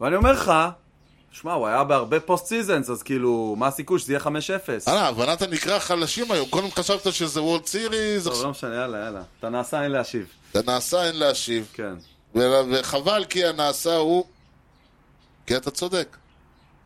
S2: ואני אומר לך, שמע, הוא היה בהרבה פוסט סיזנס, אז כאילו, מה הסיכוי שזה יהיה 5-0?
S1: הלאה, הבנת הנקרא חלשים היום. קודם חשבת שזה וולד סיריז,
S2: טוב,
S1: עכשיו
S2: לא משנה, יאללה, יאללה. אתה נעשה אין להשיב.
S1: זה נעשה אין להשיב.
S2: כן.
S1: ו- וחבל כי הנעשה הוא... כי אתה צודק.